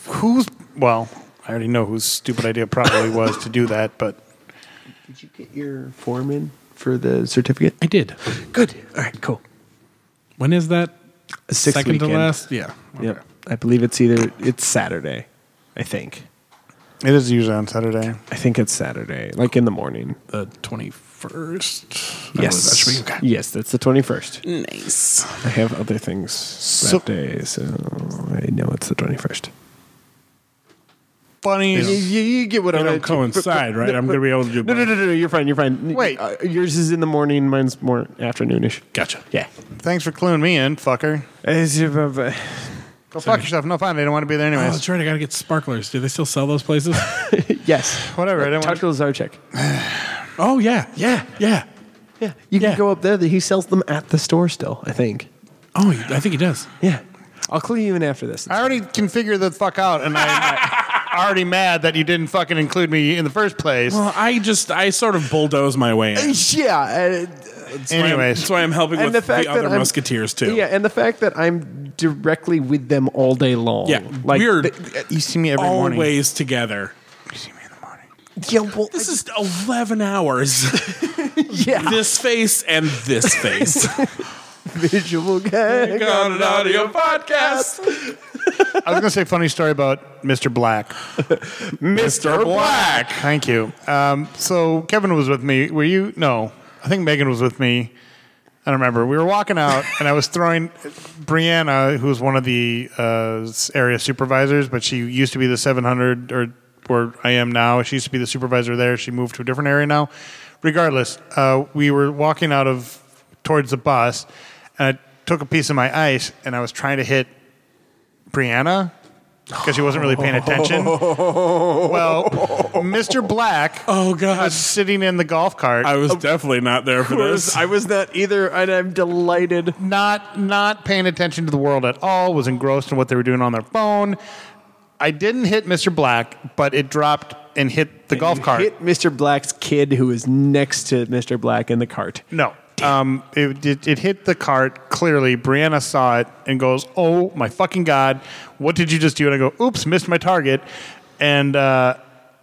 Speaker 4: who's well, I already know whose stupid idea it probably was to do that, but.
Speaker 5: Did you get your form in for the certificate?
Speaker 3: I did.
Speaker 5: Good. All right. Cool.
Speaker 3: When is that?
Speaker 5: Sixth
Speaker 3: Second to
Speaker 5: weekend.
Speaker 3: last. Yeah.
Speaker 5: Yep. I believe it's either it's Saturday. I think.
Speaker 4: It is usually on Saturday.
Speaker 5: I think it's Saturday, like in the morning.
Speaker 3: The twenty first.
Speaker 5: yes.
Speaker 3: That should be okay.
Speaker 5: Yes, that's the twenty first.
Speaker 3: Nice.
Speaker 5: I have other things
Speaker 4: So-
Speaker 5: that day, so I know it's the twenty first.
Speaker 4: Funny.
Speaker 5: You, you- you get what
Speaker 3: They
Speaker 5: I'm
Speaker 3: don't coincide, right? I'm gonna be able to do.
Speaker 5: No, no,
Speaker 3: both.
Speaker 5: no, no, no. You're fine. You're fine.
Speaker 4: Wait.
Speaker 5: Uh, yours is in the morning. Mine's more afternoonish.
Speaker 3: Gotcha.
Speaker 5: Yeah.
Speaker 4: Thanks for cluing me in, fucker.
Speaker 3: uh,
Speaker 5: [laughs] yes,
Speaker 4: Go fuck yourself. No fine. I don't want to be there
Speaker 3: Oh,
Speaker 4: anyways.
Speaker 3: that's right. I gotta get sparklers. Do they still sell those
Speaker 5: [laughs]
Speaker 3: places?
Speaker 4: Whatever. I don't want.
Speaker 5: Taco Zarchek.
Speaker 3: oh yeah, yeah, yeah.
Speaker 5: Yeah, you can
Speaker 3: Yeah.
Speaker 5: go up there. He sells them at the store still. I think.
Speaker 3: Oh, I think he does.
Speaker 5: Yeah, I'll clue you in after this.
Speaker 4: I already can figure the fuck out, and I'm [laughs] already mad that you didn't fucking include me in the first place.
Speaker 3: Well, I just I sort of bulldoze my way in.
Speaker 5: yeah. uh,
Speaker 4: anyways,
Speaker 3: That's why I'm helping with the, other
Speaker 5: I'm-
Speaker 3: musketeers too.
Speaker 5: Yeah, and the fact that I'm directly with them all day long.
Speaker 3: Yeah,
Speaker 5: like
Speaker 3: we're
Speaker 5: th-
Speaker 4: you see me every
Speaker 3: always
Speaker 4: morning.
Speaker 3: together.
Speaker 4: You see me in the morning.
Speaker 5: yeah, well,
Speaker 3: This is eleven hours. [laughs]
Speaker 5: yeah,
Speaker 3: this face and this face.
Speaker 5: visual gag.
Speaker 3: Got an audio podcast,
Speaker 4: I was gonna say a funny story about Mr. Black.
Speaker 3: Mr. Black.
Speaker 4: Thank you. Um, so Kevin was with me. Were you? No, I think Megan was with me. I don't remember. We were
Speaker 3: [laughs]
Speaker 4: walking out, and I was throwing Brianna, who was one of the uh, area supervisors, but she used to be the 700 or where I am now. She used to be the supervisor there. She moved to a different area now. Regardless, uh, we were walking out of towards the bus, and I took a piece of my ice, and I was trying to hit Brianna because she wasn't really
Speaker 3: [laughs]
Speaker 4: paying attention. well, Mr. Black
Speaker 3: Oh God,
Speaker 4: was sitting in the golf cart.
Speaker 3: I was definitely not there for this.
Speaker 5: I was not either, and I'm delighted.
Speaker 4: not not paying attention to the world at all, was engrossed in what they were doing on their phone. I didn't hit Mr. Black, but it dropped and hit the golf cart.
Speaker 5: Hit Mr. Black's kid who is next to Mr. Black in the cart.
Speaker 4: no. Um, it, it, it hit the cart clearly. Brianna saw it and goes, "Oh my fucking god, what did you just do?" And I go, "Oops, missed my target." And uh,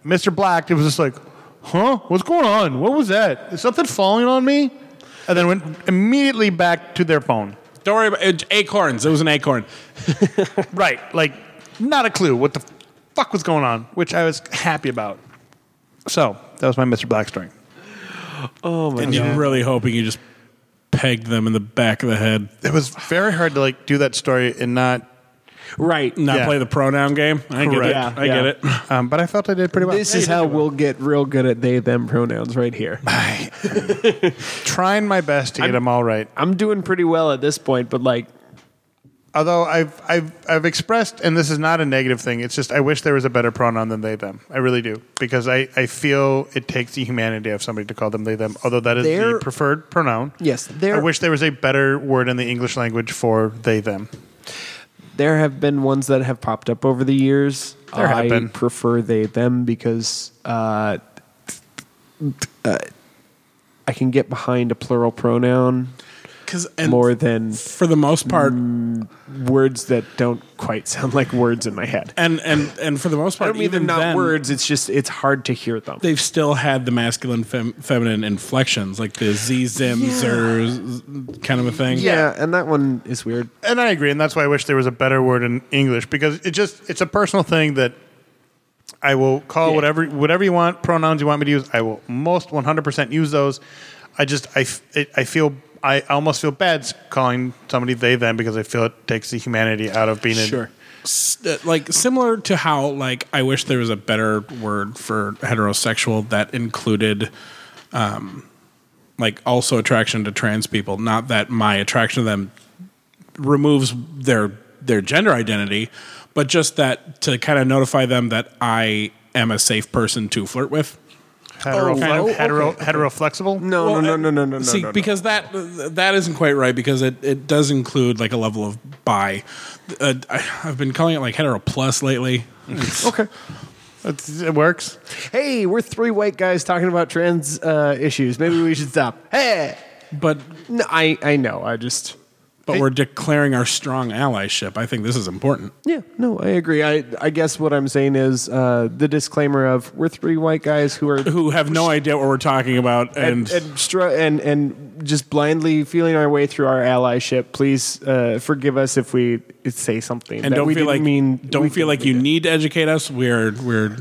Speaker 4: Mr. Black, it was just like, "Huh? What's going on? What was that? Is something falling on me?" And then went immediately back to their phone.
Speaker 3: Don't worry about it, acorns. It was an acorn.
Speaker 4: Right. Like, not a clue what the fuck was going on, which I was happy about. So, that was my Mr. Black story. Oh
Speaker 3: and you're really hoping you just pegged them in the back of the head.
Speaker 4: It was very hard to, like, do that story and not,
Speaker 5: Right.
Speaker 3: Not
Speaker 4: Yeah.
Speaker 3: play the pronoun game. I get it.
Speaker 5: Correct. Yeah,
Speaker 3: I
Speaker 5: yeah.
Speaker 3: get it.
Speaker 4: um, but I felt I did pretty well.
Speaker 5: This is how we'll get real good at they them pronouns right here.
Speaker 4: [laughs] trying my best to get them all right.
Speaker 5: I'm doing pretty well at this point, but like
Speaker 4: Although I've, I've, I've expressed, and this is not a negative thing, it's just I wish there was a better pronoun than they, them. I really do. Because I, I feel it takes the humanity of somebody to call them they, them, although that is
Speaker 5: They're-
Speaker 4: the preferred pronoun.
Speaker 5: Yes, they're-
Speaker 4: I wish there was a better word in the English language for they, them.
Speaker 5: there have been ones that have popped up over the years.
Speaker 4: There have
Speaker 5: I
Speaker 4: been.
Speaker 5: prefer they them because uh, uh, I can get behind a plural pronoun.
Speaker 3: 'Cause- and-
Speaker 5: more than
Speaker 3: for the most part,
Speaker 5: words that don't quite sound like words in my head.
Speaker 3: and and and for the most
Speaker 5: I
Speaker 3: part,
Speaker 5: don't mean they're
Speaker 3: even
Speaker 5: not
Speaker 3: then,
Speaker 5: words. It's just it's hard to hear them.
Speaker 3: They've still had the masculine, fem- feminine inflections, like the z zims or z- kind of a thing.
Speaker 5: yeah, and that one is weird.
Speaker 4: and I agree, and that's why I wish there was a better word in English because it just it's a personal thing that I will call whatever whatever you want pronouns you want me to use. I will most one hundred percent use those. I just I f- it- I feel I almost feel bad calling somebody they them because I feel it takes the humanity out of being in-
Speaker 3: S- uh, like similar to how like I wish there was a better word for heterosexual that included um like also attraction to trans people, not that my attraction to them removes their their gender identity, but just that to kind of notify them that I am a safe person to flirt with.
Speaker 4: hetero
Speaker 5: Oh,
Speaker 4: kind of
Speaker 5: oh,
Speaker 4: hetero
Speaker 5: okay.
Speaker 4: hetero flexible.
Speaker 5: No,
Speaker 3: Well,
Speaker 5: no, no,
Speaker 3: uh,
Speaker 5: no, no, no, no.
Speaker 3: See,
Speaker 5: no, no.
Speaker 3: because that that isn't quite right because it, it does include like a level of bi. Uh, I, I've been calling it like hetero plus
Speaker 5: [laughs]
Speaker 3: lately.
Speaker 5: okay.
Speaker 4: It's, it works.
Speaker 5: Hey, we're three white guys talking about trans uh, issues. Maybe we should stop. Hey,
Speaker 3: But
Speaker 5: no, I I know. I just
Speaker 3: but we're declaring our strong allyship. I think this is important.
Speaker 5: yeah. No, I agree. I I guess what I'm saying is uh, the disclaimer of we're three white guys who are
Speaker 3: Who have no idea what we're talking about, and,
Speaker 5: and and, str- and and just blindly feeling our way through our allyship. Please uh, forgive us if we say something
Speaker 3: and
Speaker 5: that
Speaker 3: don't
Speaker 5: we
Speaker 3: feel
Speaker 5: didn't
Speaker 3: like
Speaker 5: mean. we
Speaker 3: don't feel
Speaker 5: didn't
Speaker 3: like you
Speaker 5: mean.
Speaker 3: need to educate us. We're we're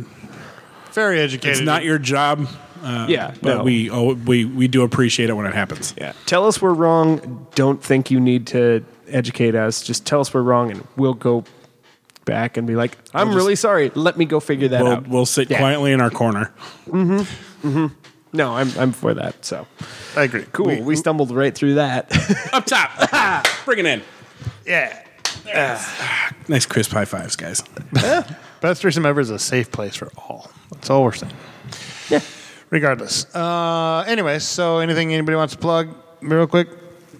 Speaker 4: Very educated.
Speaker 3: it's not your job. Uh,
Speaker 5: Yeah,
Speaker 3: but
Speaker 5: no.
Speaker 3: we oh, we we do appreciate it when it happens.
Speaker 5: Yeah. Tell us we're wrong. Don't think you need to educate us. Just tell us we're wrong, and we'll go back and be like, "I'm really sorry. Let me go figure that
Speaker 3: We'll
Speaker 5: out."
Speaker 3: we'll sit
Speaker 5: Yeah.
Speaker 3: quietly in our corner.
Speaker 5: No, I'm I'm for that. So
Speaker 4: I agree.
Speaker 5: cool. We,
Speaker 3: Mm.
Speaker 5: stumbled right through that. [laughs]
Speaker 3: Up top, [laughs] bring it in.
Speaker 4: Yeah.
Speaker 3: Nice crisp high fives, guys.
Speaker 4: Best threesome ever is a safe place for all. That's all we're saying.
Speaker 5: yeah.
Speaker 4: Regardless. Uh, anyway, so anything anybody wants to plug real quick?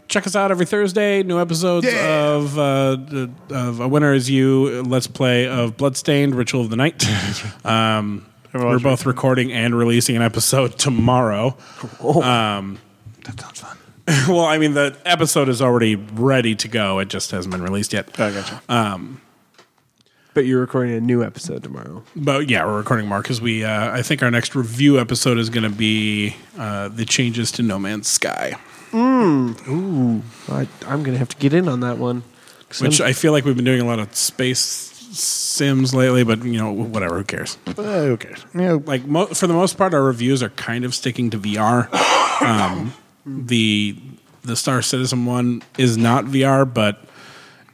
Speaker 3: Check us out every Thursday. New episodes
Speaker 4: Yeah.
Speaker 3: of uh, the- of A Winner Is You. Let's play of Bloodstained Ritual of the
Speaker 4: [laughs]
Speaker 3: Night. Um, we're
Speaker 4: Everyone's
Speaker 3: both recording and releasing an episode tomorrow. Um,
Speaker 4: That sounds fun.
Speaker 3: [laughs] well, I mean, the episode is already ready to go. It just hasn't been released yet.
Speaker 4: I gotcha.
Speaker 5: But you're recording a new episode tomorrow.
Speaker 3: But yeah, we're recording more because we. Uh, I think our next review episode is going to be uh, the changes to No Man's Sky,
Speaker 5: I, I'm gonna have to get in on that one. 'Cause
Speaker 3: which
Speaker 5: I'm-
Speaker 3: I feel like we've been doing a lot of space sims lately. But you know, whatever. Who cares?
Speaker 4: Uh, who cares? Yeah,
Speaker 3: like mo- for the most part, our reviews are kind of sticking to VR. Um, the the Star Citizen one is not VR, but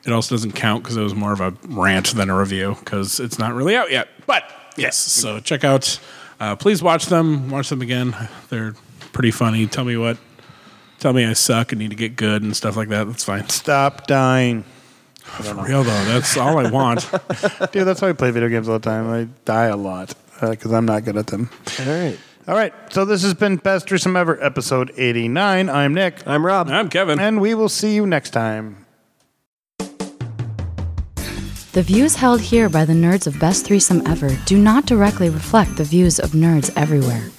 Speaker 3: it also doesn't count because it was more of a rant than a review because it's not really out yet. But yes, so check out. Uh, please watch them. Watch them again. They're pretty funny. Tell me what. Tell me I suck and need to get good and stuff like that. That's fine.
Speaker 4: stop dying.
Speaker 3: For real though, that's all I want.
Speaker 4: Dude, that's why I play video games all the time. I die a lot because I'm not good at them.
Speaker 5: all right.
Speaker 4: All right, so this has been Best Threesome Ever, episode 89. I'm Nick,
Speaker 5: I'm Rob.
Speaker 3: I'm Kevin.
Speaker 4: and we will see you next time.
Speaker 2: The views held here by the nerds of Best Threesome Ever do not directly reflect the views of nerds everywhere.